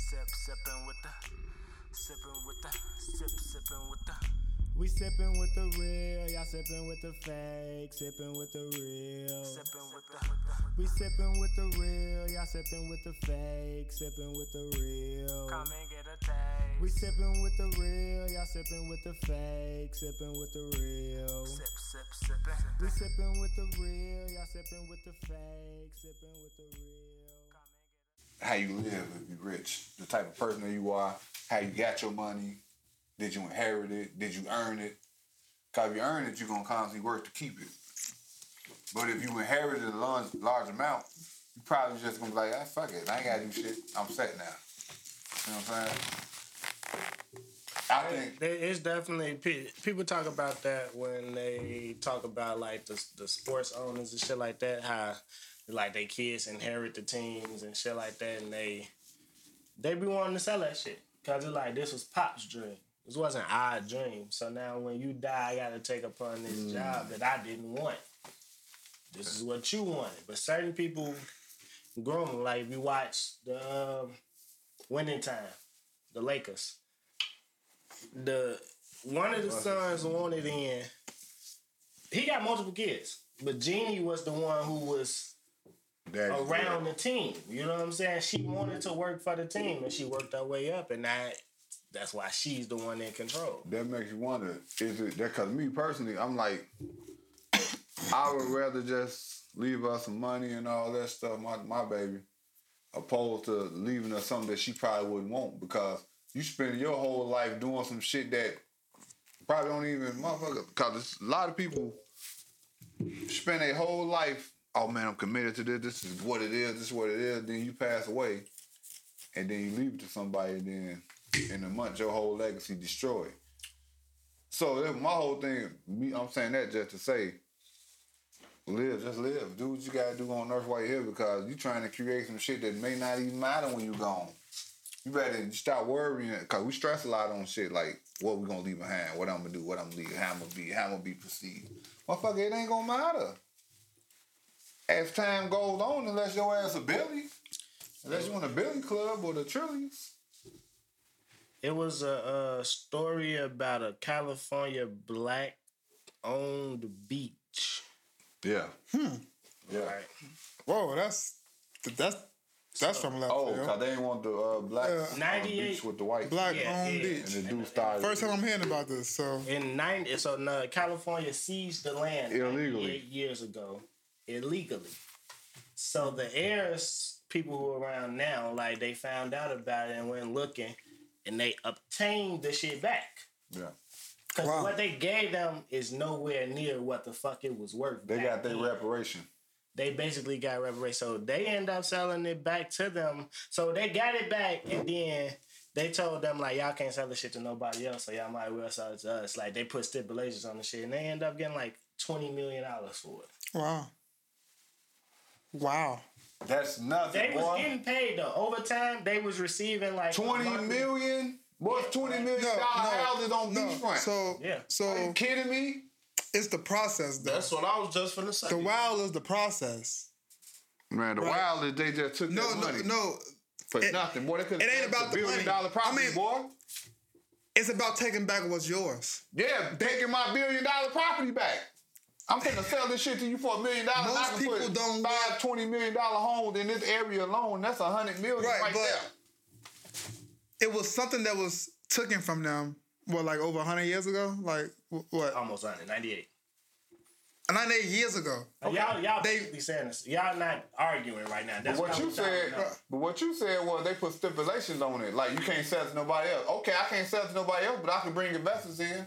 Sipping with the, sipping with the, sip, sipping with the. We sipping with the real, y'all sipping with the fake, sipping with the real. Sipping with the, We sipping with the real, y'all sipping with the fake, sipping with the real. come and get a We taste. sipping with the real, y'all sipping with the fake, sipping with the real. Sip, sip, sipping. We sipping with the real, y'all sipping with the fake, sipping with the real. Come and get how you live if you're rich, the type of person that you are, how you got your money, did you inherit it, did you earn it? Because if you earn it, you're going to constantly work to keep it. But if you inherited a large, large amount, you probably just going to be like, ah, fuck it, I ain't got to do shit, I'm set now. You know what I'm saying? I think, There is definitely pe- people talk about that when they talk about like the the sports owners and shit like that. How like they kids inherit the teams and shit like that, and they they be wanting to sell that shit because it's like this was pop's dream. This wasn't our dream. So now when you die, I got to take upon this job that I didn't want. This is what you wanted, but certain people groom like if you watch the um, winning time, the Lakers the one of the sons wanted in. He got multiple kids, but Jeannie was the one who was around the team. You know what I'm saying? She wanted to work for the team, and she worked her way up, and that that's why she's the one in control. That makes you wonder, is it that cause me personally, I'm like, I would rather just leave her some money and all that stuff, my my baby, opposed to leaving her something that she probably wouldn't want because you spend your whole life doing some shit that probably don't even motherfucker cause a lot of people spend their whole life, oh man, I'm committed to this, this is what it is, this is what it is, then you pass away and then you leave it to somebody and then in a month your whole legacy destroyed. So that my whole thing, me, I'm saying that just to say, live, just live. Do what you gotta do on earth while you're here because you trying to create some shit that may not even matter when you're gone. You better stop worrying because we stress a lot on shit like what we gonna leave behind, what I'm gonna do, what I'm gonna leave, how I'm gonna be, how I'm gonna be perceived. Motherfucker, it ain't gonna matter. As time goes on, unless your ass a Billy, unless you in a Billy club or the Trillies, It was a, a story about a California black owned beach. Yeah. Yeah. Right. Whoa, that's that's that's from left Oh, field. cause they didn't want the uh, black Yeah. on 98 beach with the white Black Yeah, owned yeah. and beach. the dude started First time I'm hearing about this, so in ninety. So no, California seized the land Illegally. eight years ago, illegally. So the heirs, people who are around now, like they found out about it and went looking, and they obtained the shit back. Yeah, Cause Wow. what they gave them is nowhere near what the fuck it was worth. they back got their then. reparation. They basically got reparations. So they end up selling it back to them. So they got it back, and then they told them like y'all can't sell this shit to nobody else, so y'all might as well sell it to us. Like they put stipulations on the shit, and they end up getting like twenty million dollars for it. wow, wow. That's nothing. They was boy. getting paid though. Over time, they was receiving like twenty monthly- million. Boy, it's twenty million No, dollar no, houses on no. beachfront. So Yeah. Are you so kidding me? it's the process though. That's what I was just finna say. the wow is the process. Man, the Right. wild is they just took No, that no, money no. for it- nothing. Boy, they could it ain't about the billion money. dollar property, I mean- boy. It's about taking back what's yours. Yeah, taking my billion dollar property back. I'm gonna sell this shit to you for a million dollars. Most I can people put don't five twenty million dollar homes in this area alone. That's a hundred million Right, right, but- there. It was something that was taken from them. What, like over 100 years ago? Like wh- Oh. what? almost 100, 98. 98 years ago. Y'all, y'all They- basically saying this. Y'all not arguing right now. That's But what I'm you talking said, uh, about. but what you said was they put stipulations on it. Like you can't sell it to nobody else. Okay, I can't sell it to nobody else, but I can bring investors in.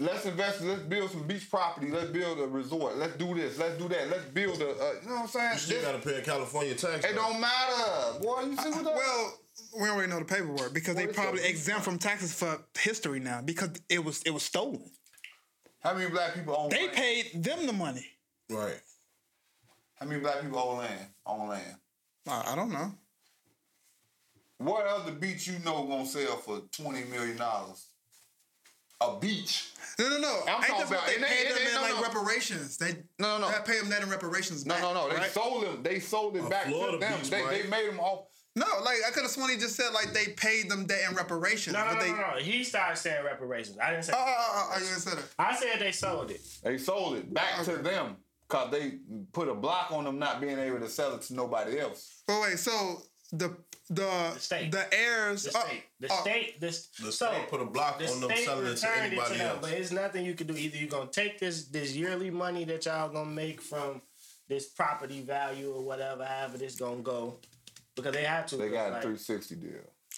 Let's invest. Let's build some beach property. Let's build a resort. Let's do this. Let's do that. Let's build a. Uh, you know what I'm You saying? still gotta pay a California tax. it don't matter, boy. You see what that? Well, we already know the paperwork because they What is probably that? exempt from taxes for history now because it was it was stolen. how many black people own? They land? paid them the money. right. How many black people own land? Own land. I, I don't know. What other beach you know gonna sell for twenty million dollars? A beach. No, no, no. I'm ain't talking this what about- they it ain't- paid it them ain't- in no, like no. reparations? They No, no, no. They paid them that in reparations. No, back, no, no. They right? sold them. They sold it A back to Florida them. beach, they, right? they made them off. No, like I could have sworn he just said like they paid them that in reparations. No, no, but no, they, no, no. He started saying reparations. I didn't say. Uh, Oh, oh, oh, oh, you didn't say that. I said they sold it. They sold it back to them because they put a block on them not being able to sell it to nobody else. But wait, so the the the, state. heirs. The uh, oh, state, the oh, state, this The so, state put a block the on them state Oh, selling it to returned anybody them, else. But it's nothing you can do. Either you're gonna take this this yearly money that y'all gonna make from this property value or whatever, however this gonna go, because they have to. They got a like, 360 deal.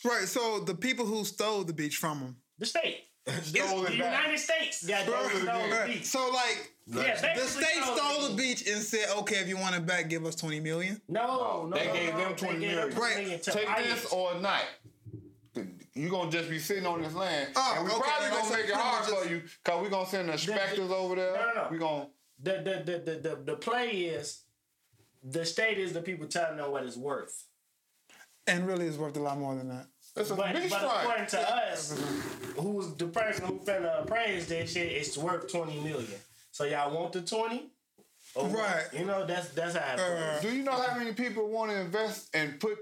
Right. So the people who stole the beach from him. the state, Stole the it back. United States. Got those stole Bruh, the bruh. beach. So like Yeah, the basically state stole the beach. beach and said, okay, if you want it back, give us twenty million. No, no, They no, gave no, them they 20 gave million. them Right. 20 million to Take ICE. this or not. You're gonna just be sitting on this land. Oh, and we okay, probably like, gonna so make it pretty hard much for it's- you because we're gonna send inspectors over there. No, no, no. We're gonna the the, the, the the the play is the state is the people telling them what it's worth. And really, it's worth a lot more than that. it's a But, beach but according strike. to us, who's the person who finna appraise this shit, it's worth twenty million. So y'all want the twenty? Or what? Right. You know that's that's how. It works. Uh, Do you know how many people want to invest and put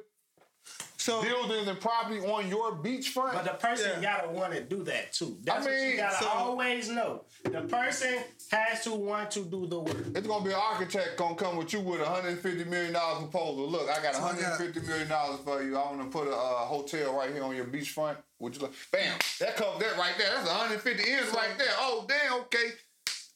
so buildings and property on your beachfront? But the person Yeah. gotta want to do that too. That's what mean, you gotta so- always know. The person has to want to do the work. It's gonna be an architect gonna come with you with a hundred fifty million dollars proposal. Look, I got So I got- hundred fifty million dollars for you. I want to put a uh, hotel right here on your beachfront. Would you like? Bam! That covers that right there. That's hundred fifty ends right there. Oh damn! Okay,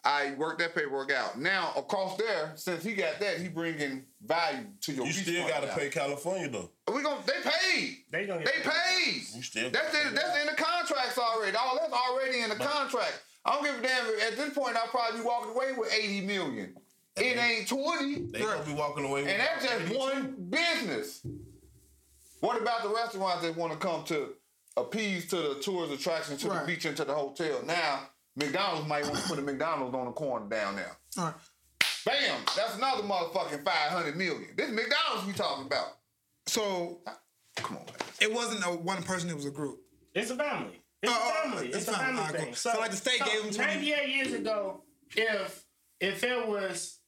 I worked that paperwork out. Now across there, since he got that, he bringing value to your. You still beachfront gotta now. pay California though. We gonna they paid. They gonna get They paid. You still That's in, that's in the contracts already. All that's already in the contract. I don't give a damn. At this point, I'll probably be walking away with eighty million. It ain't twenty, They gonna be walking away. and that's just one business. What about the restaurants that want to come to appease to the tourist attraction, to Right. the beach, and to the hotel? Now McDonald's might want to put a McDonald's on the corner down there. all right. Bam! That's another motherfucking five hundred million. This McDonald's we talking about. so Come on, man. it wasn't a one person; it was a group. It's a family. It's Oh, oh, a family. it's It's, a fine. family Alright, thing. cool. So, like, the state gave them 20 98 years ago, if if it was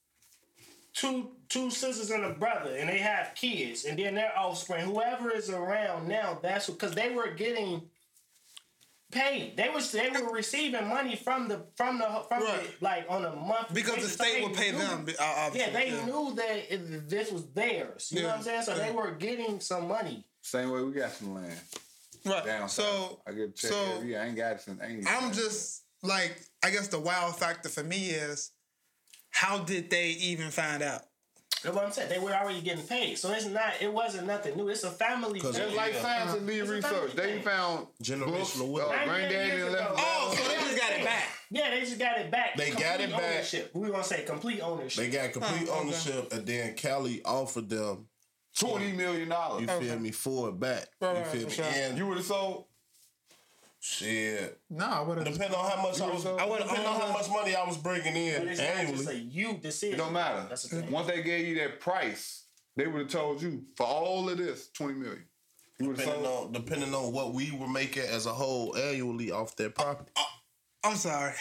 two two sisters and a brother and they have kids and then their offspring, whoever is around now, that's because they were getting paid. They was they were receiving money from the from the from Right. the, like on a month Because the state would pay them. uh, Yeah, Obviously. they knew that it, this was theirs. You know what I'm Yeah. saying? So Yeah. they were getting some money. Same way we got some land. Right. down. so I get checked so every year. I ain't got it since '80. I'm just like, I guess the wild factor for me is, how did they even find out? That's what I'm saying. They were already getting paid, so it's not. It wasn't nothing new. It's a family thing. Just like Yeah. science and lead It's a family research, they thing. found Generational books, wealth. uh, granddaddy and left. Oh, so they just got it back. Yeah, they just got it back. They got Complete it back. Ownership. We gonna say complete ownership. They got complete Huh, okay. ownership, and then Cali offered them. twenty million You dollars. feel me? For it back. Right, you right, feel for me? sure. And You would have sold. shit. No, I would have. Depending on how much I was, I would've depending on how owned- much money I was bringing But in it's not just a annually. you decision. It don't matter. That's the thing. Once they gave you that price, they would have told you for all of this twenty million. You would have Depending sold. on depending on what we were making as a whole annually off that property. Uh, I'm sorry.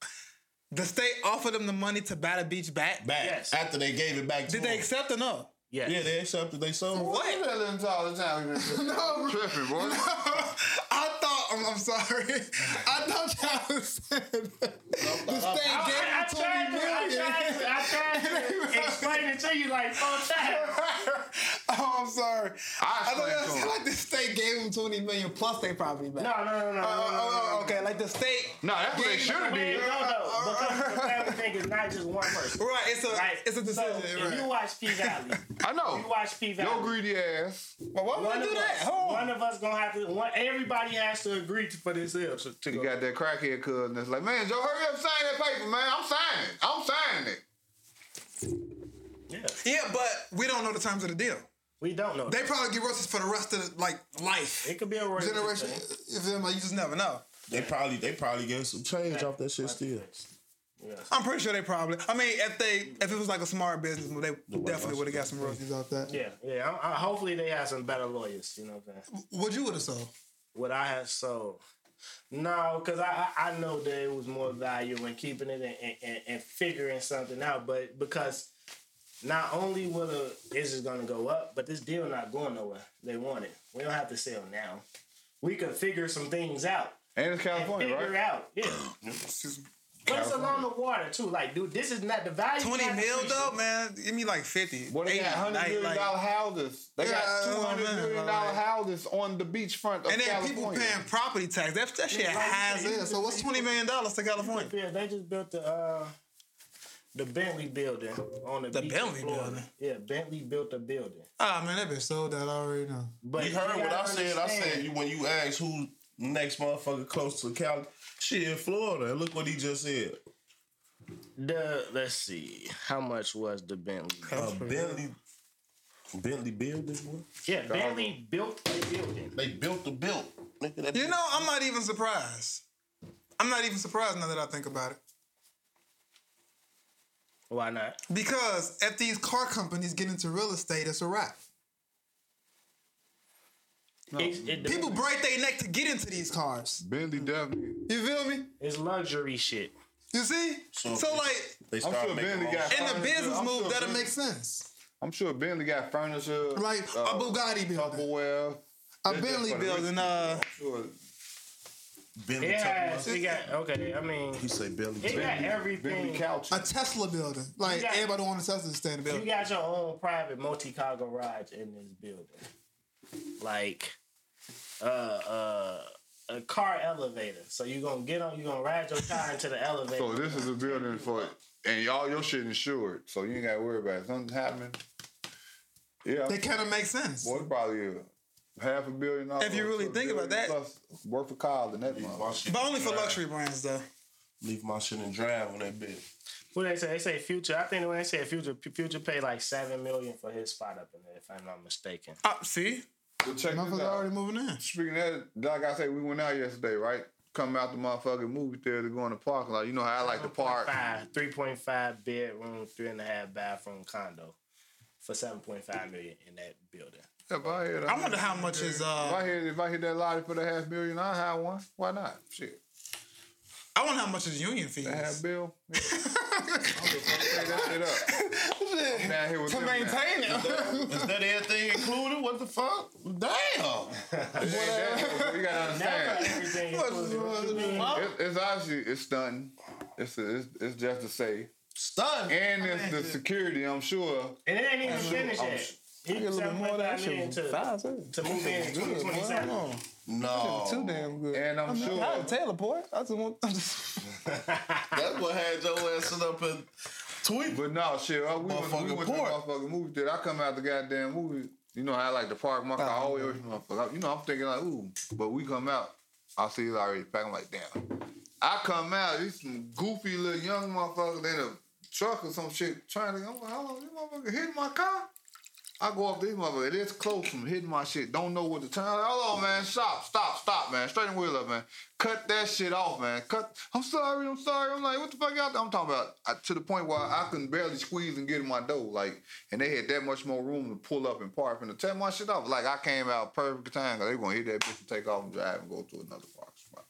the state offered them the money to buy the beach back. Back Yes. after they gave it back. To Did they them. accept or no? Yeah. Yeah, they accepted. They sold. it. What? You telling us all the time. you been No, tripping, boy. I thought. I'm, I'm sorry. I thought y'all was saying that. the I, state gave I, I tried them twenty to, I million. tried to, I tried to explain it to you like four times. oh, I'm sorry. I I explained thought y'all to said 'em. like the state gave them twenty million plus their property back. No, no, no, no, no. no, Oh, no, no, no. oh, oh, okay. Like the state. No, that's what they should have Wait, did. no, no, because the family thing is not just one person. Right. It's a. Right. It's a decision. So if right. you watch P Valley, I you know. watch P Valley. Your greedy ass. But why would One I of, do us, that? Hold on. one of us gonna have to. One, everybody has to agree to, for themselves to You go. got that crackhead cousin that's like, man, Joe, hurry up, sign that paper, man. I'm signing. I'm signing it. Yeah, Yeah, but we don't know the terms of the deal. we don't know. They probably get roasted for the rest of like life, it could be a racial generation. thing. You feel me? You just never know. They probably they probably gave some change off that shit still. I'm pretty sure they probably. I mean, if they, if it was like a smart business move, they definitely would have got some royalties off that. Yeah, yeah. I'm, I, hopefully they have some better lawyers. You know what I'm saying? What you would have sold? What I have sold. No, because I, I I know there was more value in keeping it and, and, and, and figuring something out, but because not only will the is it gonna go up, but this deal not going nowhere. They want it. We don't have to sell now. We can figure some things out. And it's California, figure right? out. Yeah. Excuse me. But it's along the water too. Like, dude, this is not the value. Twenty not mil appreciated. though, man. Give me like fifty. What they got hundred like- million like- dollar houses. They Yeah, got two I hundred know, million dollar like- houses on the beachfront of And then people California. paying property tax. That, that shit Yeah, like you has said, it. So what's twenty million dollars to California? Yeah, they just built the uh the Bentley building on the, The beach Bentley in Florida. building? Yeah, Bentley built a building. Ah man, that been sold out already. Now. But You heard what I gotta said. I said understand- you when you asked who next motherfucker close to Cali, shit, Florida. And look what he just said. the let's see how much was the Bentley? Uh, Bentley, Bentley built this one. Yeah, Bentley built a building. They built the built. Nigga, that You bitch- know, I'm not even surprised. I'm not even surprised now that I think about it. Why not? Because if these car companies get into real estate, it's a wrap. It's, it, People break their neck to get into these cars. Bentley definitely. You feel me? it's luxury shit. You see? So- So, like, they I'm start sure making Bentley laws. got. in the furniture. business I'm move, sure that'll Ben- make sense. I'm sure Bentley got furniture, Like uh, a Bugatti building, Tupperware, a that's Bentley for the rich building. people. Uh, sure. Bentley. It has. Tupperware. It got okay. I mean, He say Bentley. it got Bentley. Bentley everything. couch. a Tesla building. Like got- everybody want a Tesla to stay in the You building. got your own private multi-car garage in this building. Like uh uh a car elevator. So you're gonna get on, you're gonna ride your car into the elevator. So this is a building for, and all your shit insured, so you ain't got to worry about it. Something happening. Yeah, That kind of makes sense. boy, probably a half a billion dollars. If you really to a think about billion that. plus worth of cars and that Leave motherfucker. my shit But and only for drive. luxury brands, though. Leave my shit and drive on that bitch. What they say? They say future. I think when they say future, P- future paid like seven million for his spot up in there, if I'm not mistaken. Uh, see? But check this Motherfuckers out. already moving in. Speaking of that, like I said, we went out yesterday, right? Come out the motherfucking movie theater, go in the parking lot. You know how I like the park. 3.5 3.5 bedroom, three and a half bathroom condo for seven point five million in that building. If I hit, I wonder how much is If uh I hit, if I hit that lottery for the half million, I have one. Why not? Shit, I wonder how much is union fees. that half bill. Yeah. I'm just gonna pay that shit up. I'm down here with To them now. maintain it. Is that everything included? What the fuck? Damn. It ain't that, but you gotta Now understand. everything Much included. What you is- mean? It, it's obviously it's stunting. It's, it's it's just to say, Stunned. and it's the security. I'm sure. And it ain't even finished yet. He Get a little bit more of that 7.5 million shit. to, Five, six. to move in in Good, boy. Hold 2027. on. No. Too damn Oh. good. And I'm I sure. got a Taylor boy. I just want. I just, That's what had your ass sit up and tweet. But no, shit, uh, we, went, we Motherfucking went to the pork. motherfucking movie theater. I come out the goddamn movie. You know how I like to park my car always, motherfucker. You know, I'm thinking like, ooh, but we come out. I see it already packed. I'm like, damn. I come out, these some goofy little young motherfuckers in a truck or some shit trying to. I'm like, hold on, this motherfucker hitting my car. I go up to this motherfucker. It is close from hitting my shit. Don't know what to turn. Hold on, man. Stop, stop, stop, man. Straighten the wheel up, man. Cut that shit off, man. Cut. I'm sorry. I'm sorry. I'm like, what the fuck y'all? I'm talking about I, to the point where I can barely squeeze and get in my door. Like, and they had that much more room to pull up and park and to tear my shit off. Like, I came out perfect time. 'cause they gonna hit that bitch and take off and drive and go to another park spot.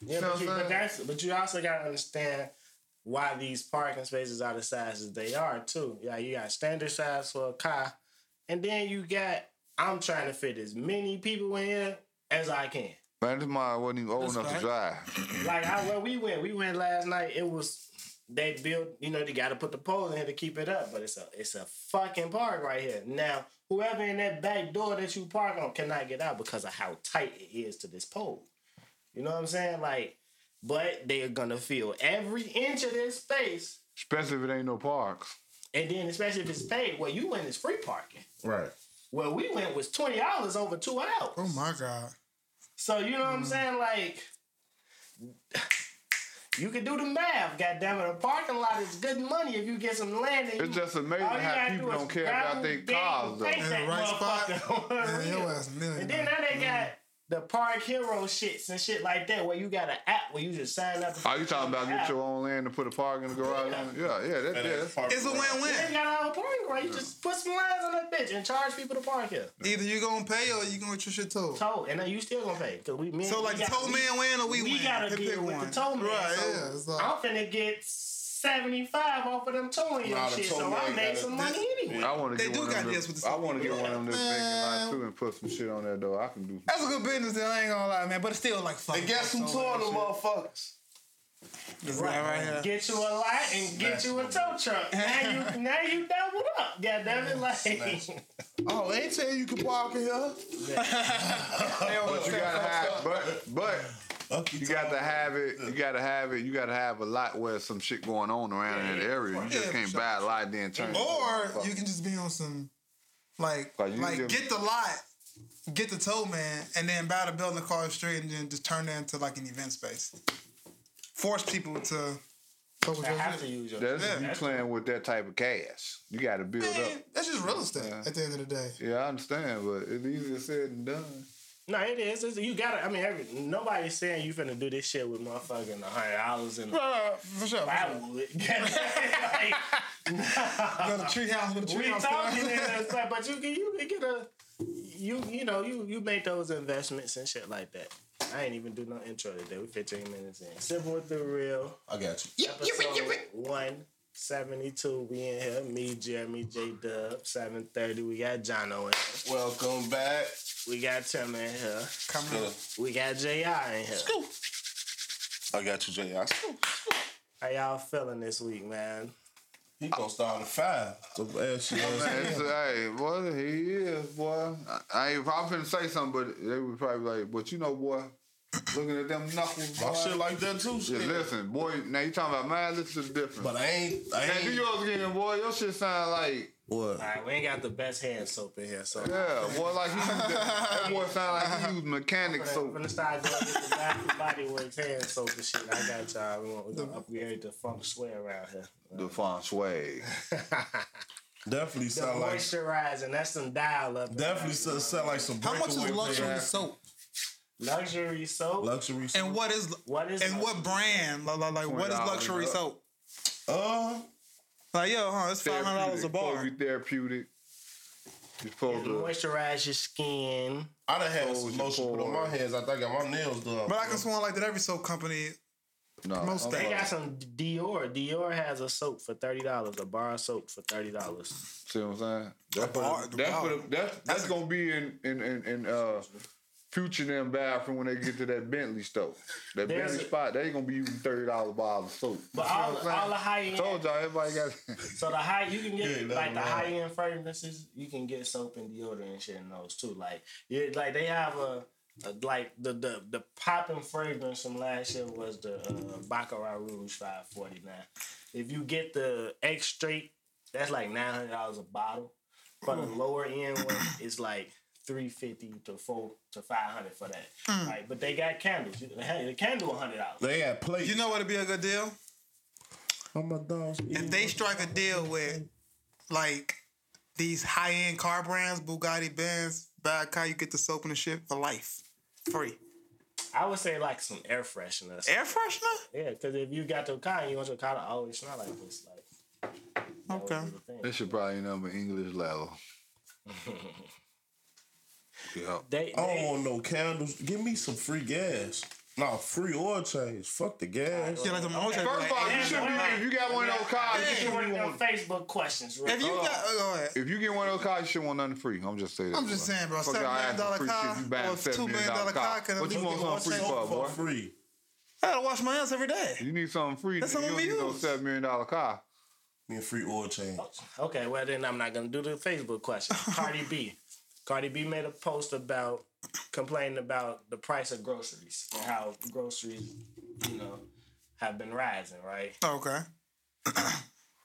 Yeah, but, you, Sounds but, like- that's, but you also got to understand why these parking spaces are the sizes they are, too. Yeah, you got standard size for a car, and then you got, I'm trying to fit as many people in here as I can. Man, this mine wasn't even old That's enough right. to drive. Like, I, where we went, we went last night, it was, they built, you know, they got to put the pole in here to keep it up, but it's a, it's a fucking park right here. Now, whoever in that back door that you park on cannot get out because of how tight it is to this pole. You know what I'm saying? Like, but they are gonna fill every inch of this space, Especially if it ain't no parks. and then especially if it's paid. Where you went is free parking. Right. Where we went was twenty dollars over two hours. oh my god. So you know what Mm. I'm saying? Like, you can do the math. Goddamn it, a parking lot is good money if you get some land. and It's you- just amazing all you how gotta people do is don't care about grab their them big cars though. paint In the that right spot. motherfucker. Man, Mm. your ass a And then millionaire. now they got the Park Hero shits and shit like that, where you got an app where you just sign up. Are Oh, you talking about get app. your own land and put a park in the garage? Yeah, yeah, yeah that, yeah that's It's a They win-win. got our parking right. You just put some lines on that bitch and charge people to park here. Either you gonna pay or you gonna get your shit told. Toll, and then you still gonna pay because we me and- So like we the got- tow man win or we, we win. gotta Pick deal with the one. tow man, Right, so- yeah. It's like, I'm finna get 75 off of them towing Nah, and the shit, towing so I ain't made got some a- money anyway. I want to They get do one got of them. deals with the I want to get one of them this big and too and put some shit on there though. I can do. That's a good business deal. I ain't gonna lie, man. But it's still like fuck. And guess who tore the motherfuckers? This guy right here. Get you a lot and get you a tow truck. Now you now you doubled up. Yeah, damn it, like Oh, they tell you can park in here. But you gotta have, but but Fuck you gotta have it. You gotta have it. You gotta have a lot where some shit going on around in that area. You just Yeah, can't for Oh, buy a lot then turn. it into a Or fuck. you can just be on some like Like, you like just- get the lot, get the tow man, and then buy the building across the street and then just turn that into like an event space. Force people to go with I your have to shit. use your That's Yeah. if you playing with that type of cash. You got to build up. Man, that's just real estate Yeah. at the end of the day. Yeah, I understand, but it's easier said than done. No, it is. It's, you gotta I mean every nobody's saying you finna do this shit with motherfucking a hundred dollars and Uh, for sure. I would. like, Go to treehouse with a we treehouse. talking and stand. it's like, but you can you can get a you you know you you make those investments and shit like that. I ain't even do no intro today. We 15 minutes in. Sipping with the real. I got you. Episode one seventy two. We in here. Me, Jeremy, J Dub. Seven thirty. We got Jono in. here. Welcome back. We got Tim in here. Come on. We got Jr. in here. I got you, J.I. How y'all feeling this week, man? He gonna start at five. So, uh, she That's, hey, boy, he is, boy. I, I ain't probably finna say something, but they would probably like, but you know, boy, looking at them knuckles, My boy. shit like that too. yeah, Shit. listen, boy, now you talking about mine, listen to the difference. But I ain't. I Now, do ain't. yours again, boy. Your shit sound like, What? All right, we ain't got the best hand soap in here, so yeah, boy, like he used that, that boy sound like he used mechanic So soap. when the start going with the back and body works hand soap and shit, I got y'all. We're gonna, we gonna upgrade the funk swear around here. The font swag. Definitely The sound like. moisturizing, that's some dial up. Definitely sound, sound like some. How much is breakaway luxury brand. soap? luxury soap. Luxury. And what is what is and what brand? Like, like, like, what is $20 luxury up. soap? Uh, Like yo, huh? It's five hundred dollars Therapeutic. a Supposed bar. to be therapeutic. You it supposed to. moisturize your skin? I done had Told some you lotion put on before. my hands. I think I got my nails done. But I can swear like that every soap company. No, Most I'm things. They sorry. got some Dior. Dior has a soap for thirty dollars, a bar of soap for thirty dollars. See what I'm saying? That's, bar- for the, the that's, for bar. the, that's, that's gonna be in in in, in uh, future them bathroom when they get to that Bentley store. That There's Bentley a- spot, they gonna be using thirty dollar bottles of soap. But all, all the high I end, told y'all everybody got. so the high you can Yeah, get that like the one. high end fragrances, you can get soap and deodorant and shit in those too. Like you, like they have a, a like the the the popping fragrance from last year was the uh, Baccarat Rouge five forty nine. If you get the X straight, that's like nine hundred dollars a bottle. But the lower end one is like three fifty to four to five hundred for that. Right, but they got candles. You- Hey, the candle one hundred dollars. they had plates. You know what'd be a good deal? Oh my dogs. If they strike a deal with like these high end car brands, Bugatti, Benz, Badkai, you get the soap and the shit for life, free. I would say like some air freshener. or something. Air freshener? Yeah, because if you got your car and you want your car to always smell like this, like that would Okay. be the thing. this should probably number English level. yeah. They, Oh, I don't they- want no candles. Give me some free gas. Nah, free oil change. Fuck the gas. Yeah, like the Okay, okay, First of all, you should be if you got one of those cars. You This is should one be of them one. Facebook questions, right? if you got, oh, go ahead. If you get one of those cars, you should want nothing free. I'm just saying. that, I'm just bro. saying, bro, Fuck y'all $7 million asking free car shit. You buying or a seven $2 million million dollar car. car can What you only want get something free one for, tank. boy? For free. I gotta wash my hands every day. You need something free. That's nigga. you something don't we need no use. seven million dollar car. Me and free oil change. Okay, well then I'm not gonna do the Facebook question. Cardi B, Cardi B made a post about complaining about the price of groceries and how groceries, you know, have been rising, right? Okay.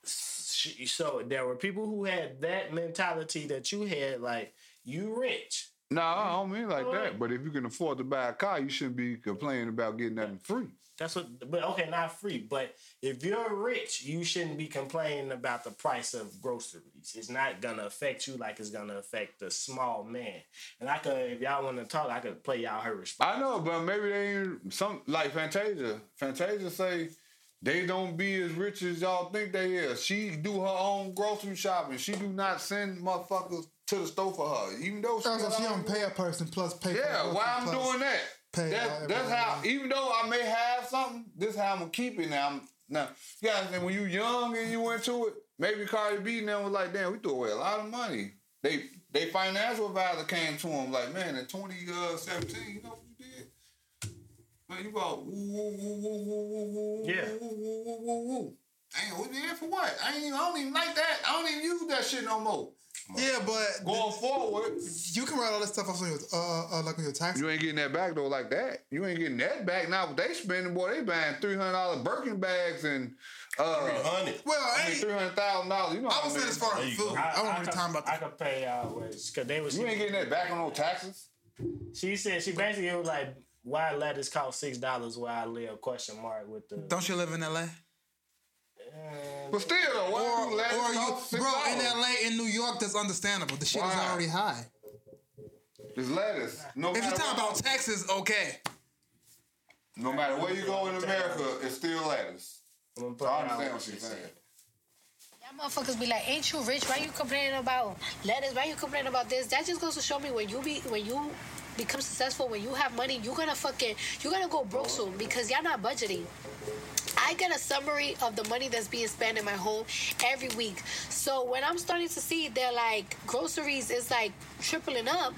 she, so there were people who had that mentality that you had, like you rich. No, I don't mean like Alright. that. But if you can afford to buy a car, you shouldn't be complaining about getting nothing free. That's what, but okay, not free. But if you're rich, you shouldn't be complaining about the price of groceries. It's not gonna affect you like it's gonna affect the small man. And I could, if y'all want to talk, I could play y'all her response. I know, but maybe they ain't some like Fantasia. Fantasia say they don't be as rich as y'all think they is. She do her own grocery shopping. She do not send motherfuckers to the store for her, even though she. So she got don't pay a person plus pay. for Yeah, the why I'm person plus. doing that? pay That's, all that's everybody. how. Even though I may have something, this how I'm gonna keep it. Now I'm Now, you guys, and when you young and you went to it, maybe Cardi B now was like, damn, we threw away a lot of money. They they financial advisor came to him like, man, in 2017, you know what you did? Man, you bought woo woo woo woo woo woo woo woo Yeah. woo woo woo woo woo. Damn, we did it for what? I ain't even, I don't even like that. I don't even use that shit no more. Yeah, but Going forward, you can write all this stuff off on your uh, uh like on your taxes. You ain't getting that back though like that. You ain't getting that back now. What they spending, boy, they buying three hundred dollar Birkin bags and uh, Hundred. Well, I, I mean ain't- three hundred thousand dollars. You know, I how was many- saying as far There as you food. go. I, don't could- really time about I that. could pay y'all wages because they was. You ain't getting that back on no taxes. She said she basically was like, "Why lettuce cost six dollars where I live?" Question mark with the. Don't you live in L.A.? Uh, But still, though, Or, why or you let it you, cost bro, six in dollars? L.A. in New York, that's understandable. The shit is Why? already high. It's lettuce. No If matter you're talking what- about taxes, okay. no matter where you go in America, it's still lettuce. I'm gonna put I it out understand what she's she said. saying. Y'all motherfuckers be like, ain't you rich? Why you complaining about letters? Why you complaining about this? That just goes to show me when you be when you become successful, when you have money, you gonna fucking you gonna go broke soon because y'all not budgeting. I get a summary of the money that's being spent in my home every week. So when I'm starting to see that like groceries is like tripling up,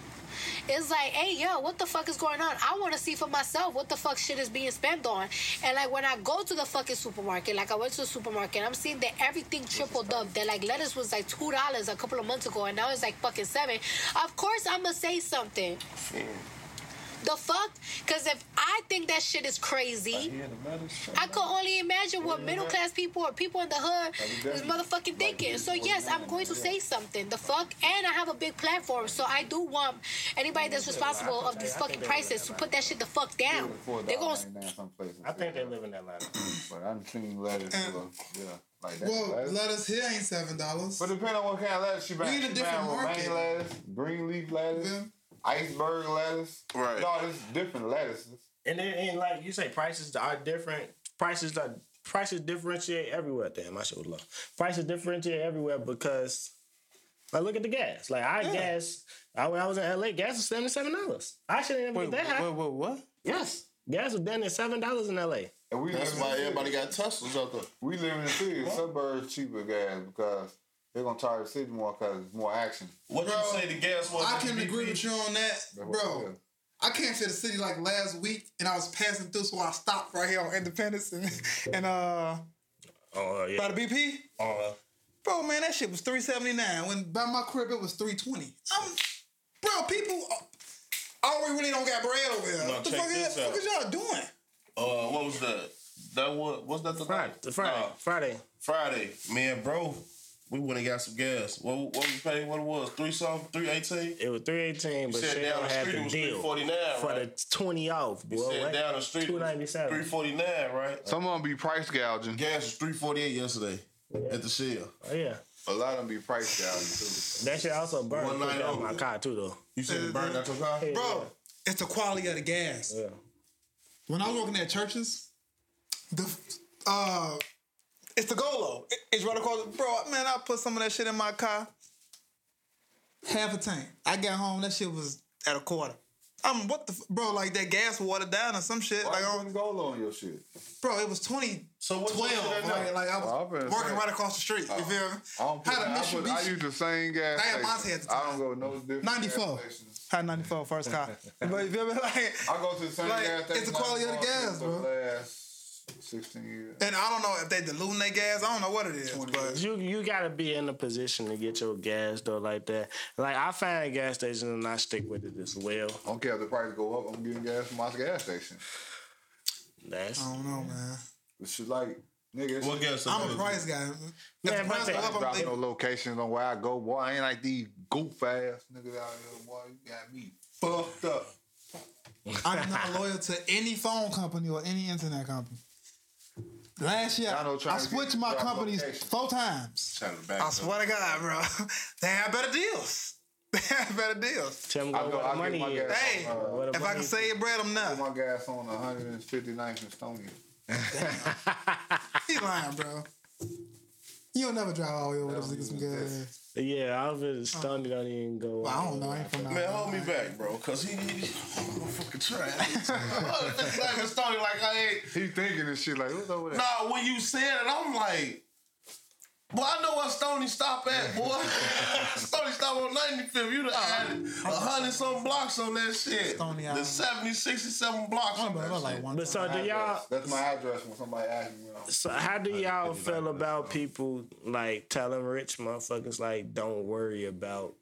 it's like, hey yo, what the fuck is going on? I want to see for myself what the fuck shit is being spent on. And like when I go to the fucking supermarket, like I went to the supermarket, I'm seeing that everything tripled up. That like lettuce was like two dollars a couple of months ago, and now it's like fucking seven. Of course I'ma say something. The fuck? Cause if I think that shit is crazy. I could only imagine what middle class people or people in the hood is motherfucking thinking. So yes, I'm going to say something. The fuck, and I have a big platform, so I do want anybody that's responsible of these fucking prices to put that shit the fuck down. They're gonna. I think they live in Atlanta. But I've seen lettuce. so, yeah, like that. Lettuce. lettuce here ain't seven dollars. But depending on what kind of lettuce you buy, We in a you different buying romaine market. lettuce, green leaf lettuce, Yeah. iceberg lettuce. Right. Y'all, this different lettuces. And then, and like you say, prices are different. Prices are prices differentiate everywhere. Damn, my shit was low. Prices differentiate everywhere because, like, look at the gas. Like, I gas. I, when I was in LA, gas was seventy seven dollars. I shouldn't even get that high. wait, what? Yes, gas was down at seven dollars in LA. And we live That's in why the city. everybody got Teslas out there. we live in the city. Suburbs cheaper gas because they're gonna target the city more because it's more action. What Bro, you say the gas was? I in can BP? agree with you on that, That's what it bro. is. I came to the city like last week, and I was passing through, so I stopped right here on Independence and, and uh Oh uh, yeah. by the BP. Uh, Bro, man, that shit was three seventy nine. When by my crib, it was three twenty. I'm, bro, people already really don't got bread over here. No, what the check fuck is, this fuck out. is y'all doing? uh, what was that? That was was that the Friday, night? Friday, Nah, Friday. Friday, me and bro, we went and got some gas. What what we paid? What it was? Three something? Three eighteen? It was three eighteen, but Said shit down the had street the it was three deal forty nine. for Right? the twenty off. Boy, Said what? down the street two ninety three seven. forty nine. Right? Some of them be price gouging. Gas was three forty eight yesterday at the Shell. Oh yeah, A lot of them be price gouging that shit also burned One oh. night down only. my car too though. You said it burned out your car? Yeah, Bro, it's the quality of the gas. Yeah. When I was working at churches, the uh, it's the Golo. It- It's right across. Bro, man, I put some of that shit in my car. Half a tank. I got home. That shit was at a quarter. I'm what the f- bro? Like that gas watered down or some shit. too. Why Like, you oh, putting gold on your shit? bro, it was twenty So what's twelve. up with that Like, now? like I Well, I was better working say- right across the street. You feel me? Oh. I don't put, How I, put, I Mitsubishi use the same gas. I had mine station. at the I don't go no different. gas 94. stations. had ninety four first car. but you feel me? Like I go to the same Like, gas it's station. the quality I've of the gone to gas, for bro. the last sixteen years. And I don't know if they diluting their gas. I don't know what it is, but You you gotta be in a position to get your gas though like that. Like I find gas stations and I stick with it as well. I don't care if the price go up. I'm getting gas from my gas station. That's I don't know, man. It's just like nigga. It's What gas? I'm it a was? price guy. If Yeah, the but price they- go up, I'm dropping no leaving. locations on where I go, boy. I ain't like these goof ass niggas out here, boy. You got me fucked up. I'm not loyal to any phone company or any internet company. Last year, Y'all know I trying to switched get my drop companies location. four times. Trying to back I up. swear to God, bro, they have better deals. They have better deals. Tell them I where go, I the get money my is. gas. Hey, on, uh, Where the If I money can is. save bread, I'm put not. my gas on 159th and Stony. He lying, bro. You don't never drive all the way over those niggas some good. Yeah, I've been stunned. Don't even go. Oh. Well, I don't know. I ain't from Man, hold me back, bro, cause he, he I'm fucking trying. like a story, like I ain't. He thinking this shit like, what's over there? Nah, when you said it, I'm like, well, I know where Stony stop at, boy. Stony stop on 95th. You done added a hundred some blocks on that shit. Stony the Island. 70, 67 blocks I on remember I that was shit. like one. But so do y'all? That's my address when somebody asked me. When I was, So how do y'all feel about people like telling rich motherfuckers like don't worry about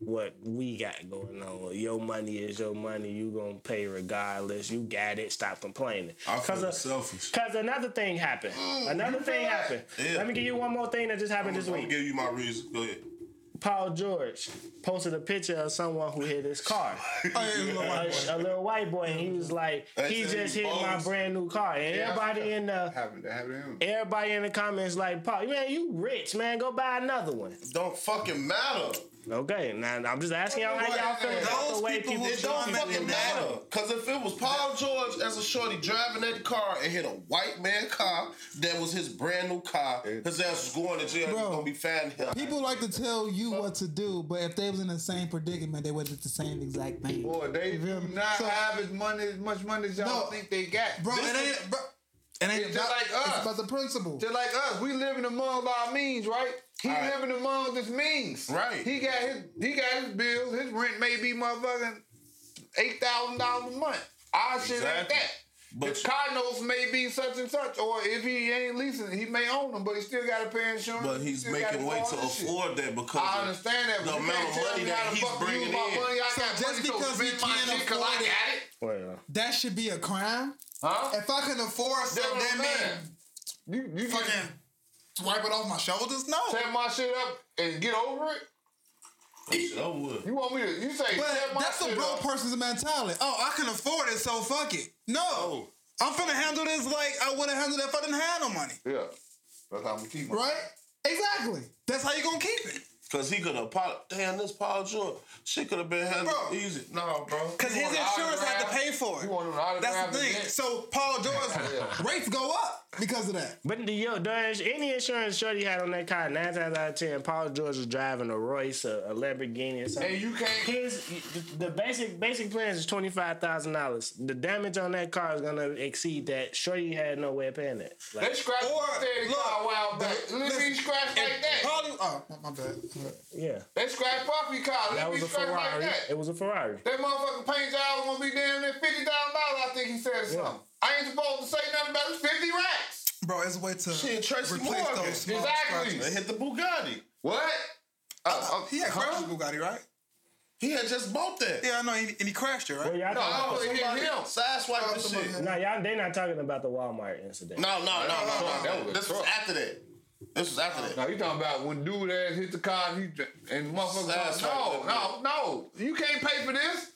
what we got going on. Your money is your money. You gonna pay regardless. You got it. Stop complaining. I Cause uh, feel a- selfish. Cause another thing happened. Another thing happened. Mm. Yeah. Let me give you one more thing that just happened I'm this gonna week. give you my reason. Go ahead. Paul George posted a picture of someone who hit his car. a, a little white boy, and he was like, They "He said just he hit my bogus. brand new car." And everybody in the happened that happened to him. everybody in the comments like, "Paul, man, you rich, man, go buy another one." Don't fucking matter. Okay, now I'm just asking y'all how y'all feel about the way people. It don't Trying to fucking make matter. Cause if it was Paul George as a shorty driving that car and hit a white man car that was his brand new car, his ass was going to jail. He's Bro. gonna be found here. People like to tell you what to do, but if they was in the same predicament, they would do the same exact thing. Boy, they You do feel me? not So- have as money as much money as y'all No. think they got. Bro, This it is- ain't. Bro, it ain't It's about, just like us. It's about the principle. just like us. We living among our means, right? He Right. living among his means. Right. He got his he got his bills. His rent may be motherfucking eight thousand dollars a month. Our shit ain't Exactly. that. But his you- car notes may be such and such, or if he ain't leasing, he may own them, but he still got to pay insurance. But he he's still gotta making do way all to this shit. afford that because I of understand that, but the you amount can't of tell money me how that the he's fuck to bringing use my in. Money. I So got just money, so because he spend my can't shit 'cause afford I it- got it. Well, That should be a crime. Huh? If I can afford That's something, what I'm that saying. means You you fucking can wipe it off my shoulders. No, tear my shit up and get over it. Shit, I would. You want me to? You say but tear my that's a shit broke up. person's mentality. Oh, I can afford it, so fuck it. No, I'm finna handle this like I would have handled it if I didn't have no money. Yeah, that's how I'm gonna keep my. Right? Exactly. That's how you gonna keep it. Cause he could have damn this Paul George. Shit could have been handled Bro. easy. No, bro. Cause You his want an insurance had to autograph? pay for You it. want an autograph? That's the and thing. shit? So Paul George's rates go up because of that. but the, yo, does any insurance shorty had on that car nine times out of ten, Paul George was driving a Royce, a, a Lamborghini, or something. And you can't. His the- the basic basic plans is twenty five thousand dollars. The damage on that car is gonna exceed that. Shorty had no way of paying that. They scratch Or, the steady car a look, while back. the- Let me listen, scratch like that. Paul, oh, my bad. Yeah, They scratch Puffy car. that Let me was a scratch like Ferrari. that. It was a Ferrari. That motherfucking paint job gonna be damn near fifty thousand dollars. I think he said or something. I ain't supposed to say nothing about it. Fifty racks. Bro, it's a way to Shit, Tracy replace Morgan. those small Exactly. scratches. They hit the Bugatti. What? Uh, uh, He had huh? crashed the Bugatti, right? He had just bought that. Yeah, I know, and and he crashed it, right? Well, y'all No, I talking don't about- think it hit him. Sideswipe the shit. no, y'all they not talking about the Walmart incident. No, no, no, no, That no. was a This was truck. after that. This was after that. Now you talking about when dude ass hit the car and, he, and motherfucker? That's no, right. no, no! You can't pay for this.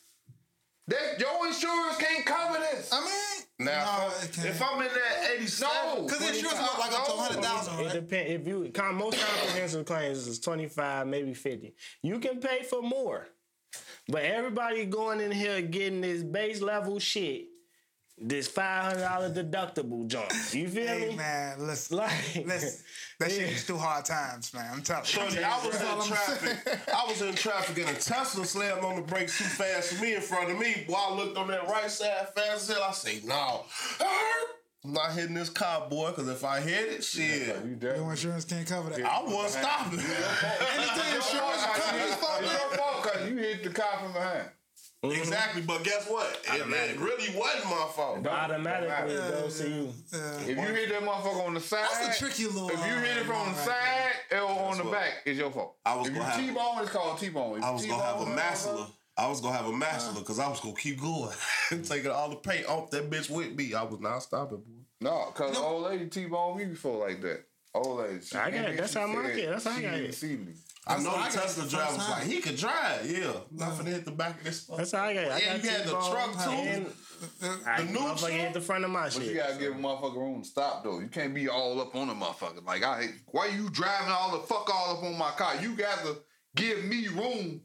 That your insurance can't cover this. I mean, Now, no, it can't. if I'm in that 87, No, Because insurance goes like up to No. 100000 It right? depends. If you com- most comprehensive claims is twenty five, maybe fifty. You can pay for more, but everybody going in here getting this base level shit, this five hundred dollar deductible junk. You feel Hey, me? man, listen. Like, Listen, that shit is through hard times, man. I'm telling you. Shorty, I was That's all I'm in traffic. I was in traffic and a Tesla slammed on the brakes too fast for me in front of me. Boy, I looked on that right side fast as hell. I say, no. I'm not hitting this car, boy, because if I hit it, shit, You Your definitely. insurance can't cover that. I wasn't stopping. Anything insurance company's fault, It's man. your fault because you hit the car from behind. exactly, but guess what? It, it really wasn't my fault. Don't- automatically don't matter. goes to you. Yeah. If you hit that motherfucker on the side, That's a tricky little. If uh, you hit it from the side or on the what- back, it's your fault. I was if gonna have- you T-bone, it's called T-bone. If I was you gonna have a T-bone, uh-huh. masula. I was gonna have a masula because I was gonna keep going, taking all the paint off that bitch with me. I was not stopping, boy. No, because old lady T-boned me before like that. Old lady. she I came got it. in, That's she how mine said get. That's how I she got didn't it. see me. I know what I the got Tesla the first driver was time. like, he could drive, yeah. Not finna hit the back of this. That's how I got. it. I Yeah, got you had the T-bone, truck, too. and I new motherfucker hit truck? the front of my But shit. you gotta give a motherfucker room to stop though. You can't be all up on a motherfucker. Like I, why you driving all the fuck all up on my car? You gotta give me room